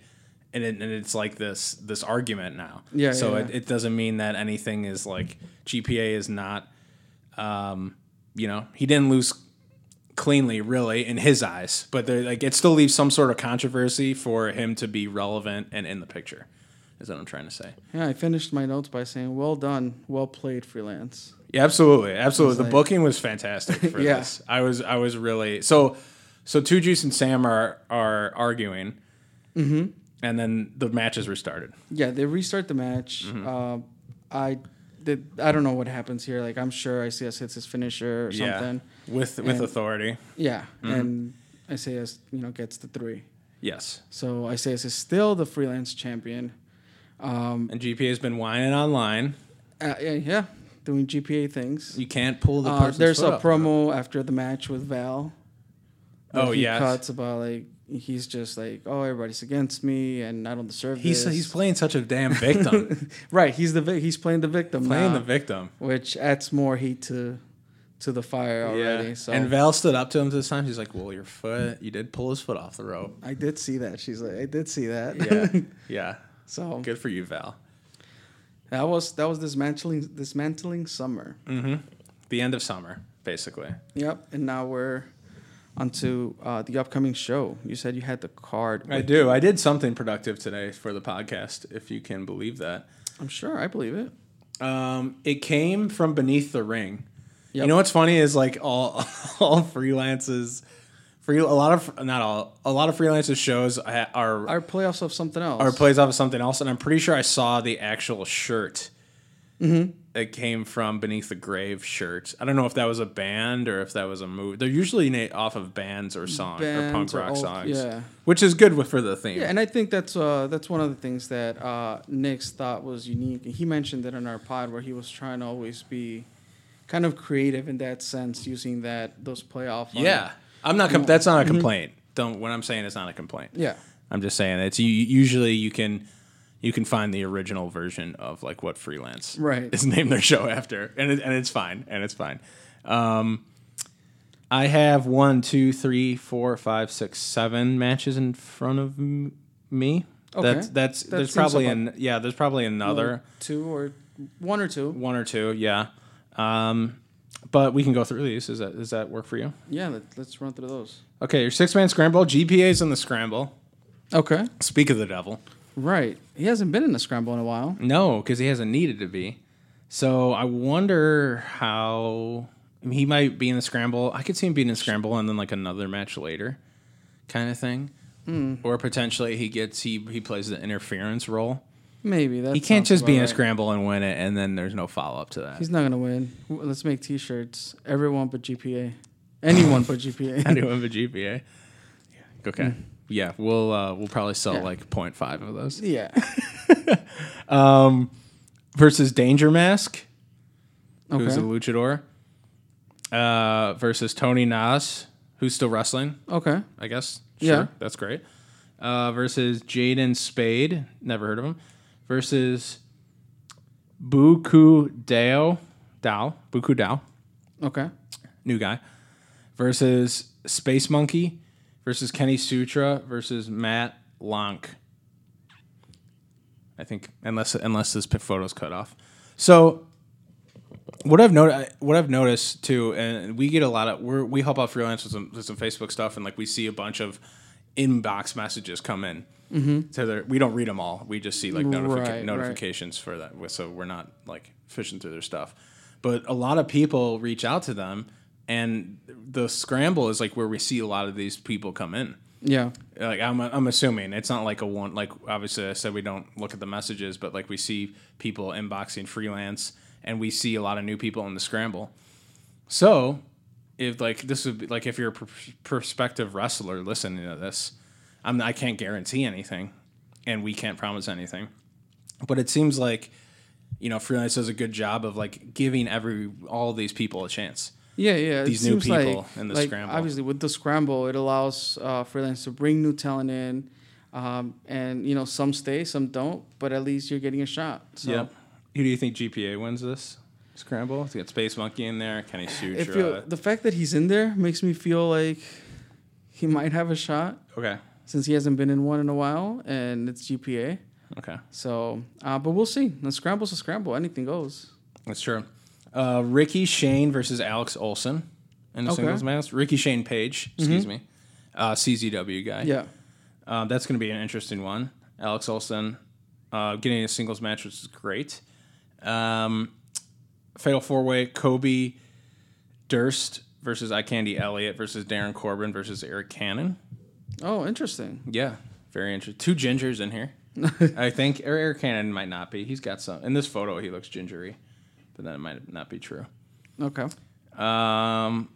and, it, and it's like this this argument now Yeah, so yeah, It, yeah. it doesn't mean that anything is like gpa is not um you know he didn't lose cleanly, really, in his eyes. But they're like it still leaves some sort of controversy for him to be relevant and in the picture. Is what I'm trying to say. Yeah, I finished my notes by saying, "Well done, well played, freelance." Yeah, absolutely, absolutely. The like- booking was fantastic for [LAUGHS] Yeah. this. I was, I was really so. So two juice and Sam are are arguing, mm-hmm. and then the matches restarted. Yeah, they restart the match. Mm-hmm. Uh, I did. I don't know what happens here. Like I'm sure ICS hits his finisher or something. Yeah, Mm-hmm. with with And- authority. Yeah, and ICS you know gets the three. Yes, So ICS is still the freelance champion. and GPA has been whining online. Uh, yeah, yeah, doing GPA things. You can't pull the Uh, person's there's foot a up. promo after the match with Val. where Oh, he yes. cuts about like he's just like oh everybody's against me and I don't deserve He's this. he's playing such a damn [LAUGHS] victim, right. He's the vi- he's playing the victim playing now, the victim. which adds more heat to to the fire already. So And Val stood up to him this time. She's like, "Well, your foot. You did pull his foot off the [LAUGHS] rope." I did see that. She's like I did see that. Yeah, yeah. [LAUGHS] so Good for you, Val. that was that was dismantling dismantling summer. The end of summer, basically. Yep. And now we're onto uh, the upcoming show. You said you had the card. I do. I did something productive today for the podcast, if you can believe that. I'm sure. I believe it. Um, it came from beneath the ring. You Yep. know what's funny is like all [LAUGHS] all freelances, free a lot of not all a lot of freelances shows ha- are Our playoffs of something else. Mm-hmm. or plays off of something else, and I'm pretty sure I saw the actual shirt that came from Beneath the Grave shirts. I don't know if that was a band or if that was a movie. They're usually na- off of bands or songs or punk Bands or rock old- songs, yeah. which is good with, for the theme. Yeah, and I think that's uh, that's one of the things that uh, Nick's thought was unique. He mentioned it in our pod where he was trying to always be kind of creative in that sense, using that those playoff. on- Yeah, I'm not. Mm-hmm. Com- that's not a complaint. Don't. What I'm saying is not a complaint. yeah, I'm just saying it's you, usually you can you can find the original version of like what freelance Right. is [LAUGHS] named their show after, and it, and it's fine, and it's fine. Um, I have one, two, three, four, five, six, seven matches in front of m- me. Okay. That's that's That there's seems probably about- an yeah there's probably another two or one or two. one or two yeah, um, but we can go through these. Is that does that work for you? Yeah, let, let's run through those. Okay, your six man scramble. GPA's in the scramble. Okay, Speak of the devil. right. He hasn't been in a scramble in a while. No, because he hasn't needed to be. So I wonder how I mean, he might be in the scramble. I could see him being in the scramble and then like another match later, kind of thing. Or potentially he gets he he plays the interference role. Maybe that He can't sounds just be about in a right. scramble and win it, and then there's no follow up to that. He's not gonna win. W- Let's make T-shirts. Everyone but GPA. Anyone [LAUGHS] but GPA. anyone but GPA. Okay. Yeah, we'll uh, we'll probably sell Yeah. like 0.5 of those. [LAUGHS] yeah. Versus Danger Mask, who's a Okay. luchador. Uh, versus Tony Nas, who's still wrestling. Okay. I guess. Sure. Yeah. That's great. Uh, versus Jaden Spade. Never heard of him. Versus Buku Dao. Dao. Buku Dao. Okay. New guy. Versus Space Monkey. Versus Kenny Sutra. Versus Matt Lonk. I think unless unless this p- photo's cut off. So what I've noticed, what I've noticed too, and we get a lot of we're, we help out freelancers with some, with some Facebook stuff, and like we see a bunch of inbox messages come in. Mm-hmm. So they're- we don't read them all. We just see like notifica- Right, right. notifications for that, so we're not like fishing through their stuff. But a lot of people reach out to them, and the scramble is like where we see a lot of these people come in Yeah. like I'm, I'm assuming it's not like a one like obviously i said we don't look at the messages but like we see people inboxing freelance and we see a lot of new people in the scramble so if like this would be like if you're a pr- prospective wrestler listening to this i'm i can't guarantee anything and we can't promise anything but it seems like you know freelance does a good job of like giving every all these people a chance Yeah, yeah. it These new seems like- people in the like, scramble. Obviously, with the scramble, it allows uh, freelance to bring new talent in, um, and you know some stay, some don't, but at least you're getting a shot. So Um, who do you think gpa wins this Scramble. It's got Space Monkey in there. Kenny Sutra. If you, the fact that he's in there makes me feel like he might have a shot Okay. since he hasn't been in one in a while, and it's GPA. Okay. So, uh, but we'll see. The scramble's a scramble. Anything goes. That's true. Uh, Ricky Shane versus Alex Olson in the Okay. Mm-hmm. singles match. Ricky Shane Page, excuse me. Uh, CZW guy. Yeah. Um, that's going to be an interesting one. Alex Olson uh, getting a singles match, which is great. Um, fatal four way Kobe Durst versus Eye Candy Elliott versus Darren Corbin versus Eric Cannon. Oh, interesting. Yeah, very interesting. Two gingers in here. I think or Eric Cannon might not be. He's got some. In this photo, he looks gingery, but that might not be true. Okay. Um,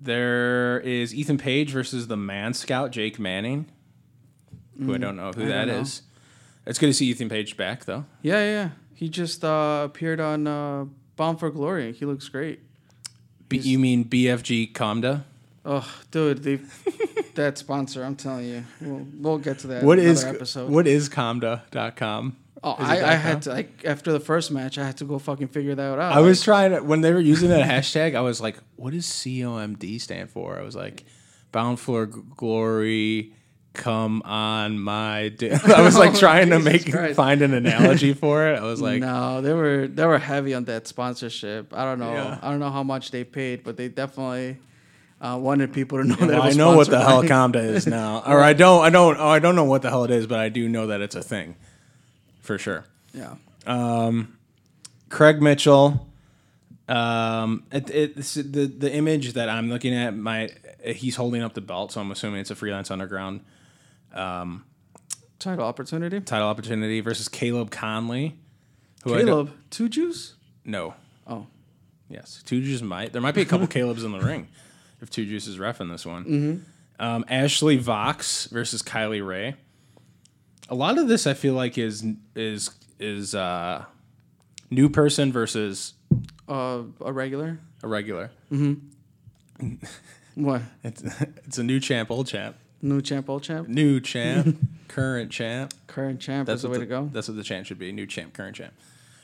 there is Ethan Page versus the Man Scout Jake Manning, who I don't know who I that don't know. is. It's good to see Ethan Page back though. Yeah, yeah. yeah. He just uh, appeared on uh, Bound for Glory. He looks great. B- He's- you mean BFG Comda? Oh, [LAUGHS] dude, they that sponsor. I'm telling you, we'll, we'll get to that. What in is another episode? what is Comda.com? oh, is it I, I .com? had to like after the first match, I had to go fucking figure that out. I was trying to, when they were using that hashtag, I was like, what does COMD stand for? I was like, Bound for G- Glory, come on my. Di-. [LAUGHS] I was like Oh, trying to [LAUGHS] Jesus make, Christ. find an analogy for it. I was like, no, they were they were heavy on that sponsorship. I don't know. Yeah. I don't know how much they paid, but they definitely uh, wanted people to know that. well, it I was know what sponsored the hell by- Comda is [LAUGHS] now. Or I don't, I don't, oh, I don't know what the hell it is, but I do know that it's a thing for sure. Yeah. Craig Mitchell. Um, it, it, this- the the image that I'm looking at, my he's holding up the belt, so I'm assuming it's a freelance underground. Title opportunity. title opportunity versus Caleb Conley. Who I don't- Caleb, two Jews. No. Oh, Yes. Two Juice might. There might be a couple Caleb's in the ring if Two Juice is refing this one. Um, Ashley Vox versus Kylie Ray. A lot of this I feel like is is is uh, new person versus uh, a regular. a regular. What? It's, [LAUGHS] it's a new champ, old champ, New champ, old champ, new champ, current champ. current champ is the what way to go. That's um, what the champ should be. New champ, current champ.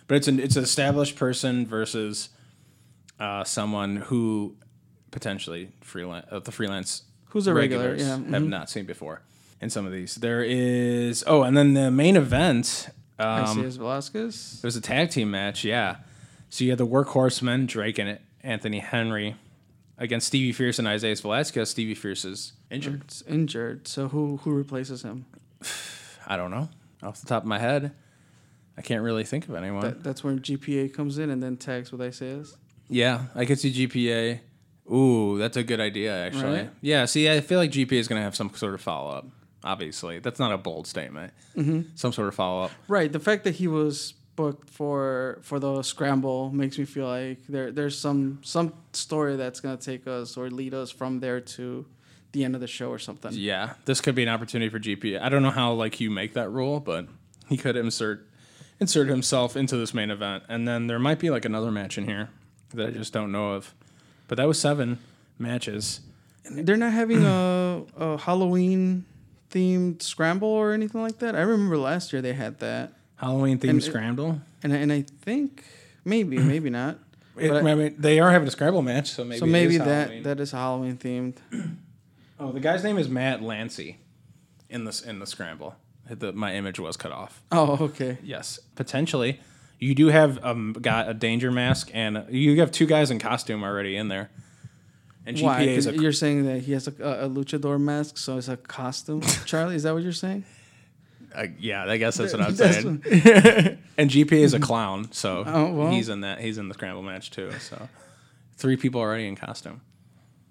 But it's an it's an established person versus uh, someone who potentially freelance uh, the freelance Who's a regular, regulars yeah, mm-hmm. have not seen before in some of these. There is oh, and then the main event. Um, I see as Velasquez. it was a tag team match, yeah. So you had the workhorsemen, Drake and Anthony Henry, against Stevie Fierce and Isaias Velasquez. Stevie Fierce is injured. It's injured, so who who replaces him? I don't know. Off the top of my head, I can't really think of anyone. That, that's where GPA comes in, and then tags what I say is. Yeah, I could see GPA. Ooh, that's a good idea, actually. Right? Yeah, see, I feel like GPA is going to have some sort of follow up, obviously. That's not a bold statement. Mm-hmm. Some sort of follow up. Right. The fact that he was booked for for the scramble makes me feel like there there's some some story that's gonna take us or lead us from there to the end of the show or something. Yeah, this could be an opportunity for GPA. I don't know how like you make that rule, but he could insert insert himself into this main event, and then there might be like another match in here that I just don't know of. But that was seven matches. They're not having a, a Halloween themed scramble or anything like that. I remember last year they had that, Halloween themed And- scramble. and I- and I think maybe maybe [CLEARS THROAT] not. but I- I mean, they are having a scramble match, so maybe so it maybe is that Halloween. that is Halloween themed. [LAUGHS] Oh, the guy's name is Matt Lancy. In this in the scramble, the, my image was cut off. Oh okay. Yes, potentially. You do have um got a danger mask, and you have two guys in costume already in there. And GPA Why? is 'Cause a You're saying that he has a, a, a luchador mask, so it's [LAUGHS] a costume. Charlie, is that what you're saying? uh, yeah. I guess that's what I'm [LAUGHS] That's saying. [LAUGHS] and GPA is a clown, so [LAUGHS] Oh, well. he's in that. He's in the scramble match too. So three people already in costume.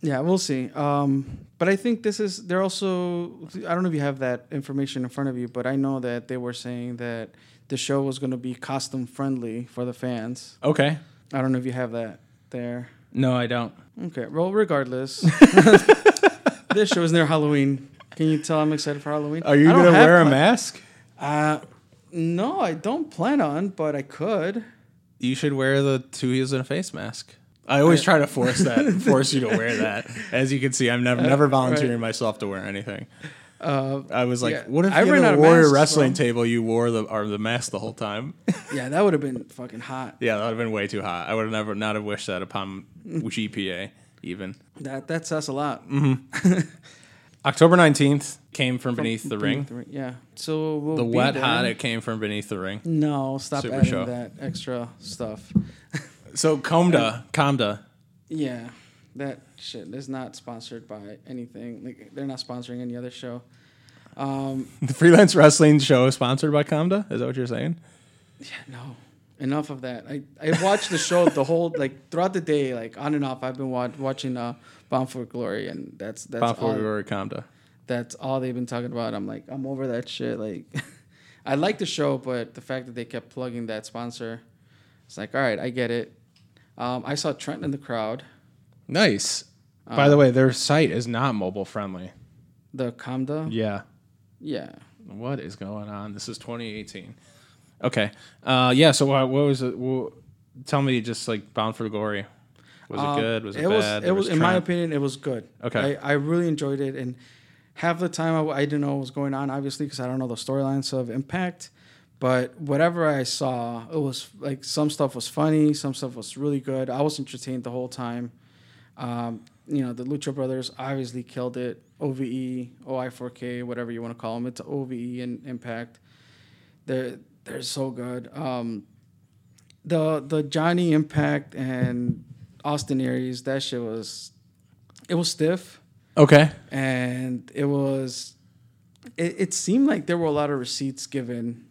Yeah, we'll see. Um, but I think this is, they're also, I don't know if you have that information in front of you, but I know that they were saying that the show was going to be costume friendly for the fans. Okay. I don't know if you have that there. No, I don't. Okay, [LAUGHS] well, regardless, this show is near Halloween. Can you tell I'm excited for Halloween? Are you I don't gonna have wear a pla- mask? Uh, no, I don't plan on, but I could. you should wear the two heels and a face mask. Uh, I always try to force [LAUGHS] that, force you to wear that. As you can see, I'm never, never volunteering right. myself to wear anything. Uh, I was like, Yeah. what if I I ran ran out a of warrior masks, wrestling bro. table? You wore the or the mask the whole time. [LAUGHS] yeah, that would have been fucking hot. yeah, that would have been way too hot. I would have never not have wished that upon GPA even. That that says a lot. Mm-hmm. October 19th came from beneath the ring. Three- Yeah. So we'll The Mm. be wet there. hot it came from beneath the ring. No, stop Super adding show. that extra stuff. So Comda, Comda, yeah, that shit is not sponsored by anything. Like, they're not sponsoring any other show. Um, the freelance wrestling show is sponsored by Comda. Is that what you're saying? no, enough of that. I, I watched the show the whole like throughout the day, like on and off. I've been wa- watching uh, Bound for Glory, and that's that's Bound all, for Glory, Comda. that's all they've been talking about. I'm like, I'm over that shit. Like, [LAUGHS] I like the show, but the fact that they kept plugging that sponsor, it's like, all right, I get it. Um, I saw Trent in the crowd. Nice. Um, By the way, their site is not mobile friendly. The Kamda. Yeah. Yeah. What is going on? This is 2018. Okay. Uh, yeah. So what, what was it? Well, tell me, just like Bound for Glory. Was Um, it good? Was it, it bad? was. There It was, in my Trent. opinion, it was good. Okay. I, I really enjoyed it, and half the time I, w- I didn't know what was going on, obviously, because I don't know the storylines of Impact. But whatever I saw, it was like some stuff was funny, some stuff was really good. I was entertained the whole time. Um, you know, the Lucha Brothers obviously killed it. E, OVE, OI4K, whatever you want to call them, it's OVE and Impact. They're they're so good. Um, the the Johnny Impact and Austin Aries, that shit was it was stiff Okay. and it was it, it seemed like there were a lot of receipts given.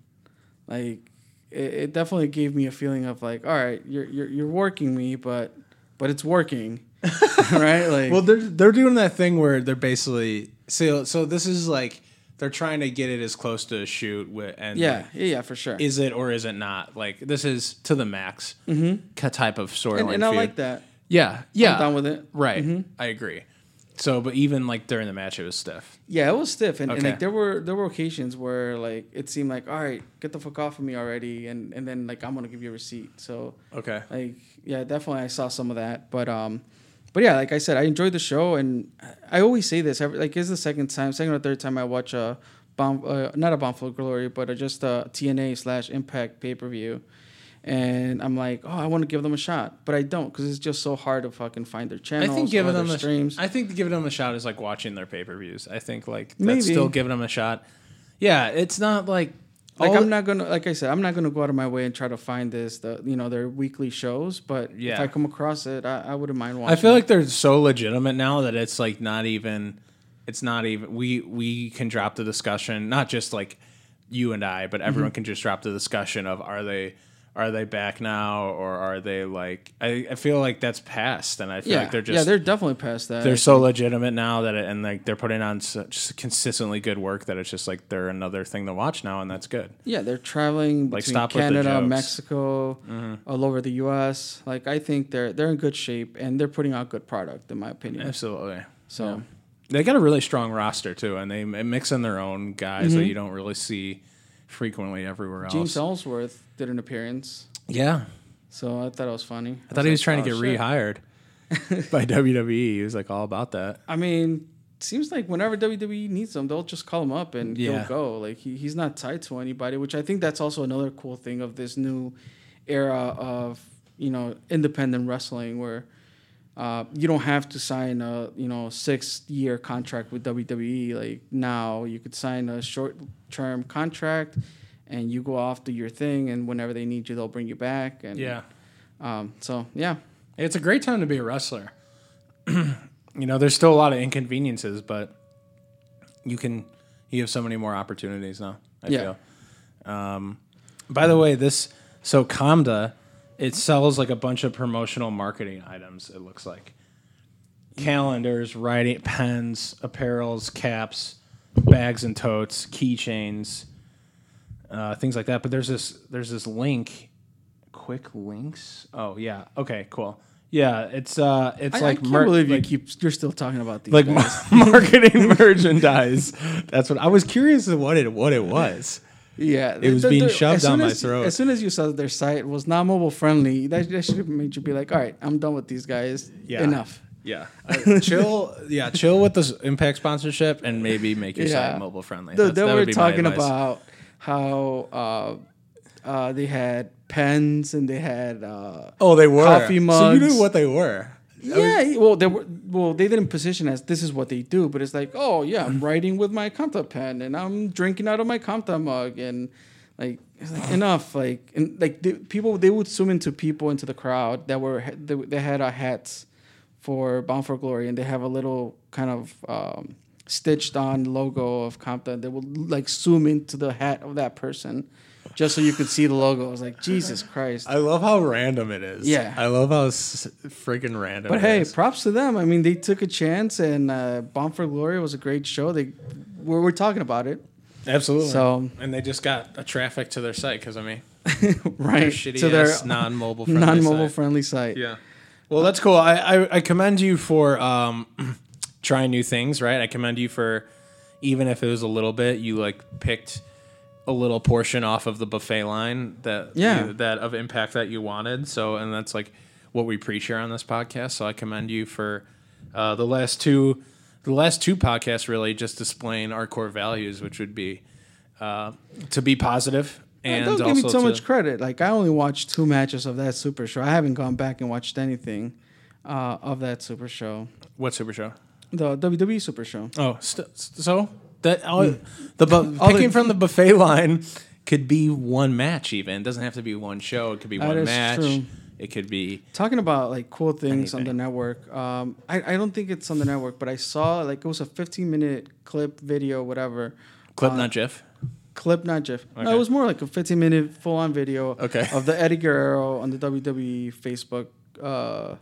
Like it, it definitely gave me a feeling of like, all right, you're you're you're working me, but but [LAUGHS] it's working. [LAUGHS] right? Like Well, they're they're doing that thing where they're basically so so this is like they're trying to get it as close to a shoot with and Yeah, yeah, yeah, for sure. is it or is it not? Like this is to the max ca- type of storyline. and and I feud. like that. Yeah, yeah, down with it. Right, I agree. So, but even like during the match, it was stiff. Yeah, it was stiff, and, and Okay. like there were there were occasions where like it seemed like all right, get the fuck off of me already, and and then like I'm gonna give you a receipt. So Okay, like yeah, definitely I saw some of that, but um, but yeah, like I said, I enjoyed the show, and I always say this every, like it's the second time, second or third time I watch a bomb, uh, not a bomb for glory, but a, just a TNA slash Impact pay per view, and I'm like, oh, I want to give them a shot, but I don't because it's just so hard to fucking find their I channels. think giving them the a streams. I think giving them a shot is like watching their pay per views. I think like that's Maybe. still giving them a shot. Yeah, it's not like Like all- I'm not gonna, like I said, I'm not gonna go out of my way and try to find this, the you know, their weekly shows. But if Yeah. I come across it, I, I wouldn't mind watching. I feel it. like they're so legitimate now that it's like not even it's not even we we can drop the discussion, not just like you and I, but everyone Mm-hmm. can just drop the discussion of are they are they back now or are they like I, I feel like that's past and I feel yeah, like they're just yeah, they're definitely past that. they're so legitimate now that it, and like they're putting on such consistently good work that it's just like they're another thing to watch now and that's good. yeah, they're traveling Like, between stop with the Canada, jokes. Mm-hmm. Mexico, all over the U.S. Like I think they're they're in good shape and they're putting out good product, in my opinion. Absolutely. So They got a really strong roster too, and they mix in their own guys that you don't really see frequently everywhere else. James Ellsworth did an appearance, yeah, so I thought it was funny. I thought he was trying oh, to get rehired by WWE. He was like all about that. I mean, seems like whenever WWE needs them, they'll just call him up and Yeah. he'll go. Like he, he's not tied to anybody, which I think that's also another cool thing of this new era of you know independent wrestling where. Uh, you don't have to sign a you know six year contract with WWE like now. You could sign a short term contract, and you go off do your thing, and whenever they need you, they'll bring you back. And um, so yeah, it's a great time to be a wrestler. [CLEARS THROAT] you know, there's still a lot of inconveniences, but you can you have so many more opportunities now. I Yeah. feel. Um, By the way, this so Comda, it sells like a bunch of promotional marketing items. It looks like calendars, writing pens, apparels, caps, bags and totes, keychains, uh, things like that. But there's this there's this link, quick links. Oh yeah, okay, cool. Yeah, it's uh, it's I, like I can't mer- believe like- you keep you're still talking about these like guys. mar- [LAUGHS] [LAUGHS] marketing merchandise. That's what I was curious of what it what it was. Yeah, It was being shoved as soon down my as- throat. As soon as you saw that their site was not mobile friendly, that, that should have made you be like, "All right, I'm done with these guys. Yeah. Enough." [LAUGHS] Yeah, Uh, chill. Yeah, chill with this impact sponsorship and maybe make your Yeah. site mobile friendly. That's- Th- then that would we were be my talking advice. about how uh, uh, they had pens and they had uh, oh they were coffee mugs. So you knew what they were. yeah. well, they were well they didn't position as this is what they do, but it's like, oh yeah, I'm writing with my Comta pen and I'm drinking out of my Comta mug and. Like, it's like enough like and like the, people they would zoom into people into the crowd that were they, they had uh, hats for Bound for Glory and they have a little kind of um, stitched on logo of Compton. They would like zoom into the hat of that person just so you could see the logo. I was like, Jesus Christ. I love how random it is. Yeah. I love how s- freaking random. But it hey, is. props to them. I mean, they took a chance, and uh, Bound for Glory was a great show. They we're, we're talking about it, absolutely. So- and they just got a traffic to their site because I mean, right? shitty to their [LAUGHS] non-mobile friendly non-mobile site. friendly site. Yeah. Well, that's cool. I, I, I commend you for um, [CLEARS THROAT] trying new things, right? I commend you for even if it was a little bit, you like picked a little portion off of the buffet line that Yeah. that of impact that you wanted. So, and that's like what we preach here on this podcast. So, I commend you for uh, the last two the last two podcasts really just displaying our core values, which would be uh, to be positive and Uh, don't also give me so to- much credit. Like I only watched two matches of that Super Show. I haven't gone back and watched anything uh, of that Super Show, what super show. the WWE Super Show. Oh, st- st- so that all, the bu- Mm. All the- picking from the buffet [LAUGHS] line could be one match. Even it doesn't have to be one show. It could be That one is match. true. It could be Talking about like cool things on the network. Um, I, I don't think it's on the network, but I saw like it was a 15 minute clip video, whatever. clip, Uh, not GIF. clip, not GIF. No, Okay. it was more like a 15 minute full on video Okay. of the Eddie Guerrero on the WWE Facebook E uh,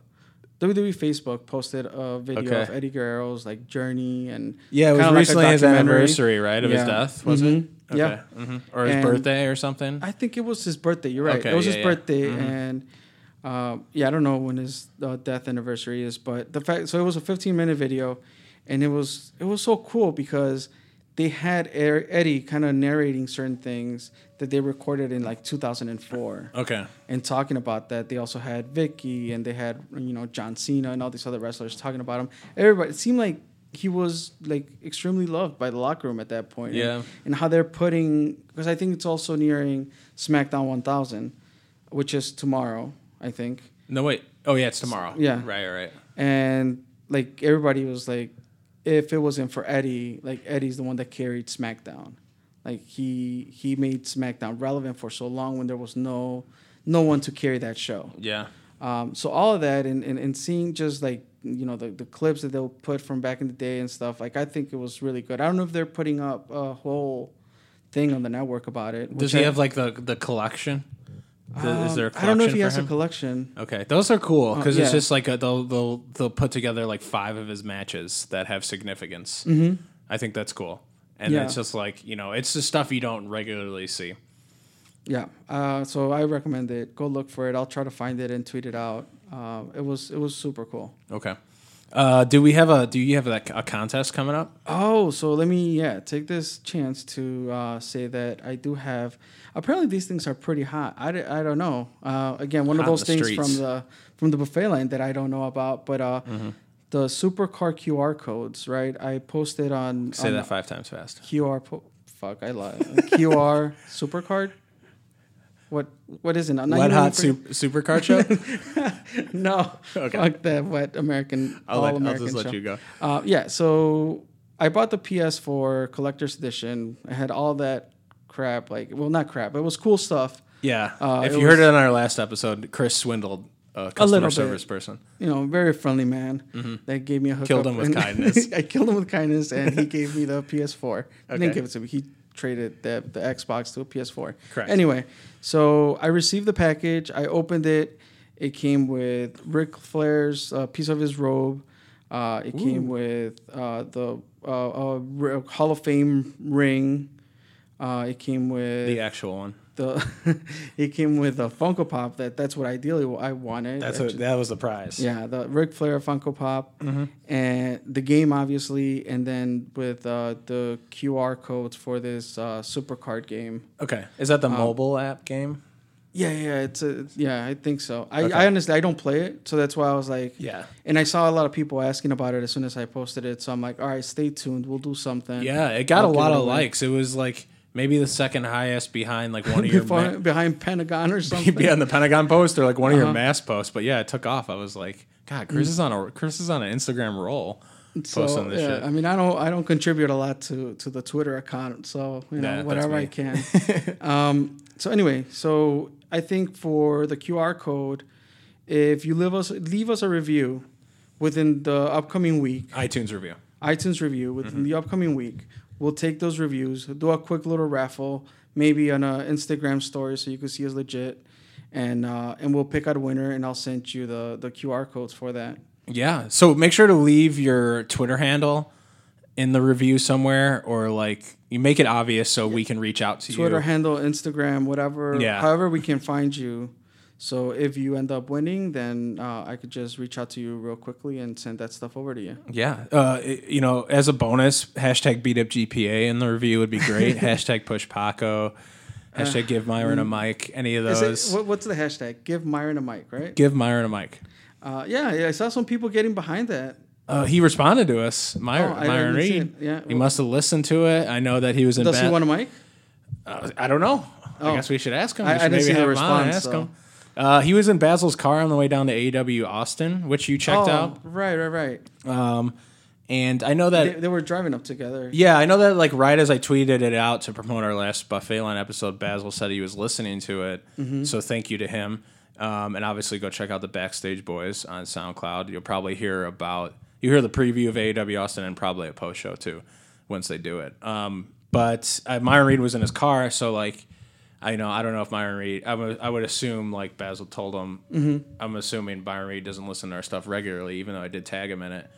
WWE Facebook posted a video Okay. of Eddie Guerrero's like journey and Yeah, it was kinda like a recently his documentary. anniversary, right? Of his Yeah. death, was it? Mhm. Yeah. hmm Mm-hmm. Or his And- birthday or something? I think it was his birthday. You're right. Okay, it was yeah, his yeah. Mm-hmm. birthday, and uh, yeah, I don't know when his uh, death anniversary is, but the fact so it was a 15 minute video, and it was it was so cool because they had Er- Eddie kind of narrating certain things that they recorded in like 2004, okay. and talking about that. They also had Vicky, and they had you know John Cena and all these other wrestlers talking about him. Everybody, it seemed like he was like extremely loved by the locker room at that point Yeah. and how they're putting because I think it's also nearing SmackDown 1000, which is tomorrow, I think. No, wait. Oh, yeah, it's tomorrow. Yeah. Right, right. And like everybody was like, if it wasn't for Eddie, like Eddie's the one that carried SmackDown. Like he he made SmackDown relevant for so long when there was no no one to carry that show. Yeah. Um, so all of that and, and, and seeing just like you know the, the clips that they'll put from back in the day and stuff like I think it was really good. I don't know if they're putting up a whole thing on the network about it. Does which he I- have like the the collection? Th- is Um, there a collection I don't know if he for has him? a collection. Okay, those are cool because Uh, yeah. it's just like a, they'll they'll they'll put together like five of his matches that have significance. I think that's cool, and Mm-hmm. Yeah. it's just like you know, it's the stuff you don't regularly see. Yeah. Uh, so I recommend it. Go look for it. I'll try to find it and tweet it out. Uh, it was it was super cool. Okay, uh, do we have a do you have that, a contest coming up? Oh, so let me yeah take this chance to uh, say that I do have. Apparently these things are pretty hot. I, d- I don't know. Uh, again, one Hot of in those the things streets. Mm-hmm. from the from the buffet line that I don't know about, but uh, the supercar QR codes, right? I posted on Say on that five times fast. QR. Po- fuck, I lied. [LAUGHS] QR supercard. What what is it? I'm not Wet even hot looking super, supercard [LAUGHS] show. for- [LAUGHS] No, fuck that wet American. I'll, all let, I'll American just let show. you go. Uh, yeah, so I bought the PS4 collector's edition. I had all that crap. Like, well, not crap. It was cool stuff. Yeah, Uh, if it you heard was- it on our last episode, Chris swindled a customer little bit. service person. You know, very friendly man that gave me a Mm-hmm. hookup. Killed him with and- [LAUGHS] kindness. I killed him with kindness, and he gave me the PS4. He Okay. Didn't give it to me. He traded the, the Xbox to a PS4. Correct. Anyway, so I received the package. I opened it. It came with Ric Flair's uh, piece of his robe. Uh, it came with uh, the uh, uh, r- Hall of Fame ring. Uh, it came with The actual one. the [LAUGHS] it came with a Funko Pop that that's what ideally what I wanted. That's I what, that was the prize. yeah, the Ric Flair Funko Pop, and the game obviously, and then with uh, the QR codes for this uh, super card game. Okay. Is that the Um, mobile app game? Yeah, yeah, it's a yeah. I think so. I, Okay. I honestly I don't play it, so that's why I was like, Yeah. And I saw a lot of people asking about it as soon as I posted it, so I'm like, all right, stay tuned. We'll do something. Yeah, it got I'll a lot give it of away. likes. It was like maybe the second highest behind [LAUGHS] like one of your Before, ma- [LAUGHS] behind [LAUGHS] Pentagon Uh-huh. or something. behind the Pentagon post or like one of your mass posts. But yeah, it took off. I was like, God, Chris is on a Chris is on an Instagram roll Mm. So, posting this yeah, shit. I mean, I don't, I don't contribute a lot to to the Twitter account, so Nah, you know, that's whatever me. I can. [LAUGHS] um, so anyway, so I think for the QR code, if you leave us leave us a review within the upcoming week, iTunes review. iTunes review within Mm-hmm. the upcoming week, we'll take those reviews, do a quick little raffle, maybe on a Instagram story, so you can see us legit, and uh, and we'll pick out a winner, and I'll send you the the QR codes for that. Yeah. So make sure to leave your Twitter handle in the review somewhere or like you make it obvious so we can reach out to Twitter you. handle, Instagram, whatever, Yeah. however we can find you. So if you end up winning, then uh, I could just reach out to you real quickly and send that stuff over to you. Yeah. Uh, it- you know, as a bonus, hashtag beat up GPA in the review would be [LAUGHS] great. hashtag push Paco. Hashtag give Myron a mic. Any of Uh, mm. Is it- those. what, what's the hashtag? Give Myron a mic, right? give Myron a mic. Uh, yeah, yeah, I saw some people getting behind that. Uh, he responded to us, Myron, Oh, I Myron didn't see Reed. it. Yeah. He must have listened to it. I know that he was in Does bed. he want a mic? Uh, I don't know. I guess we should ask him. We Oh. I- I should didn't see the him on and response, so- Uh, he was in Basil's car on the way down to AEW Austin, which you checked Oh, right, right, right. out. Um, and I know that They, they were driving up together. Uh, Yeah, I know that. Like right as I tweeted it out to promote our last buffet line episode, Basil said he was listening to it. So thank you to him. Um, and obviously, go check out the Backstage Boys on SoundCloud. You'll probably hear about you hear the preview of AEW Austin and probably a post show too once they do it. Um, but uh, Myron Reed was in his car, so like I know. I don't know if Byron Reed. I would, I would assume like Basil told him. I'm assuming Byron Reed doesn't listen to our stuff regularly, even though I did tag him in it.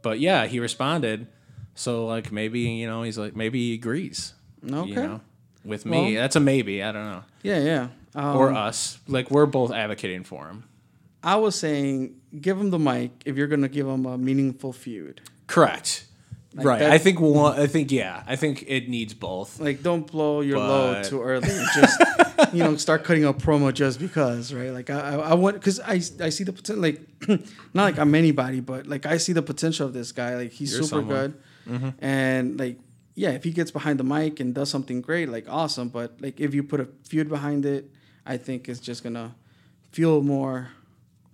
But yeah, he responded. So like maybe you know he's like maybe he agrees. Okay. You know, with me, that's a maybe. I don't know. Yeah, yeah. Um, Or us. Like we're both advocating for him. I was saying, give him the mic if you're gonna give him a meaningful feud. Correct. right. I that's- think one. I think yeah. I think it needs both. Like, don't blow your load But- too early. Just you know, start cutting a promo just because, right? Like, I I, I want because I I see the potential. Like, [CLEARS THROAT] not like I'm anybody, but like I see the potential of this guy. Like, he's You're super someone. Mm-hmm. good, and like. Yeah, if he gets behind the mic and does something great, like awesome. But like if you put a feud behind it, I think it's just gonna fuel more,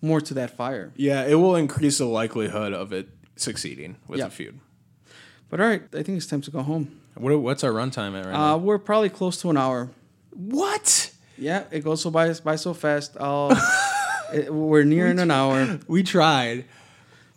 more to that fire. Yeah, it will increase the likelihood of it succeeding with Yeah. a feud. But all right, I think it's time to go home. What, what's our runtime at right now? Uh, we're probably close to an hour. What? Yeah, it goes so by by so fast. [LAUGHS] I'll, it, we're nearing an hour. We tried.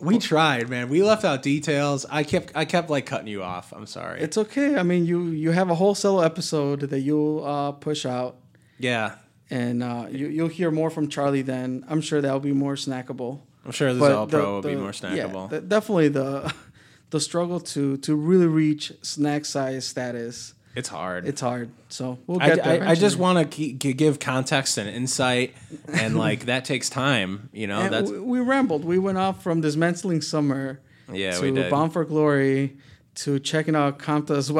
We tried, man. We left out details. I kept I kept like cutting you off. I'm sorry. It's okay. I mean, you you have a whole solo episode that you'll uh, push out, yeah. and uh, you you'll hear more from Charlie. Then I'm sure that'll be more snackable. I'm sure this But all the- pro will be the- more yeah, snackable. the- definitely the [LAUGHS] the struggle to to really reach snack size status. it's hard. It's hard. So we'll I, get there. I, I just eventually. want to give context and insight, and like that takes time. You know, And that's we, we rambled. We went off from dismantling summer Yeah, to we did. Bomb for Glory to checking out Compta's [LAUGHS]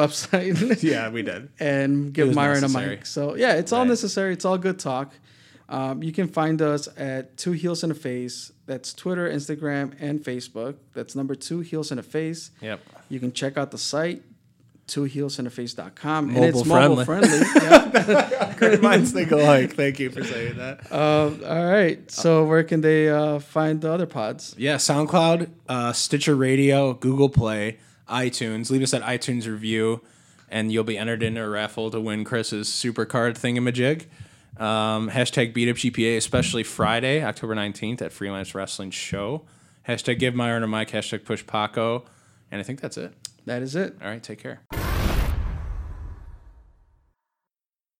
[LAUGHS] website yeah, we did. and give was Myron a necessary. mic. So, yeah, it's all Right. necessary. It's all good talk. Um, you can find us at Two Heels in a Face. That's Twitter, Instagram, and Facebook. That's number two, Heels in a Face. [LAUGHS] Yep. You can check out the site, twoheelsinaface.com. and Mobile it's mobile friendly. friendly. [LAUGHS] Yeah. Minds think alike. Thank you for saying that. Um, all right. So, where can they uh, find the other pods? Yeah, SoundCloud, uh, Stitcher Radio, Google Play, iTunes. Leave us that iTunes review, and you'll be entered into a raffle to win Chris's supercard thingamajig. Um, hashtag BeatUpGPA, especially Friday, October 19th at Freelance Wrestling Show. Hashtag give my earner mic, hashtag push Paco. And I think that's it. That is it. All right, take care.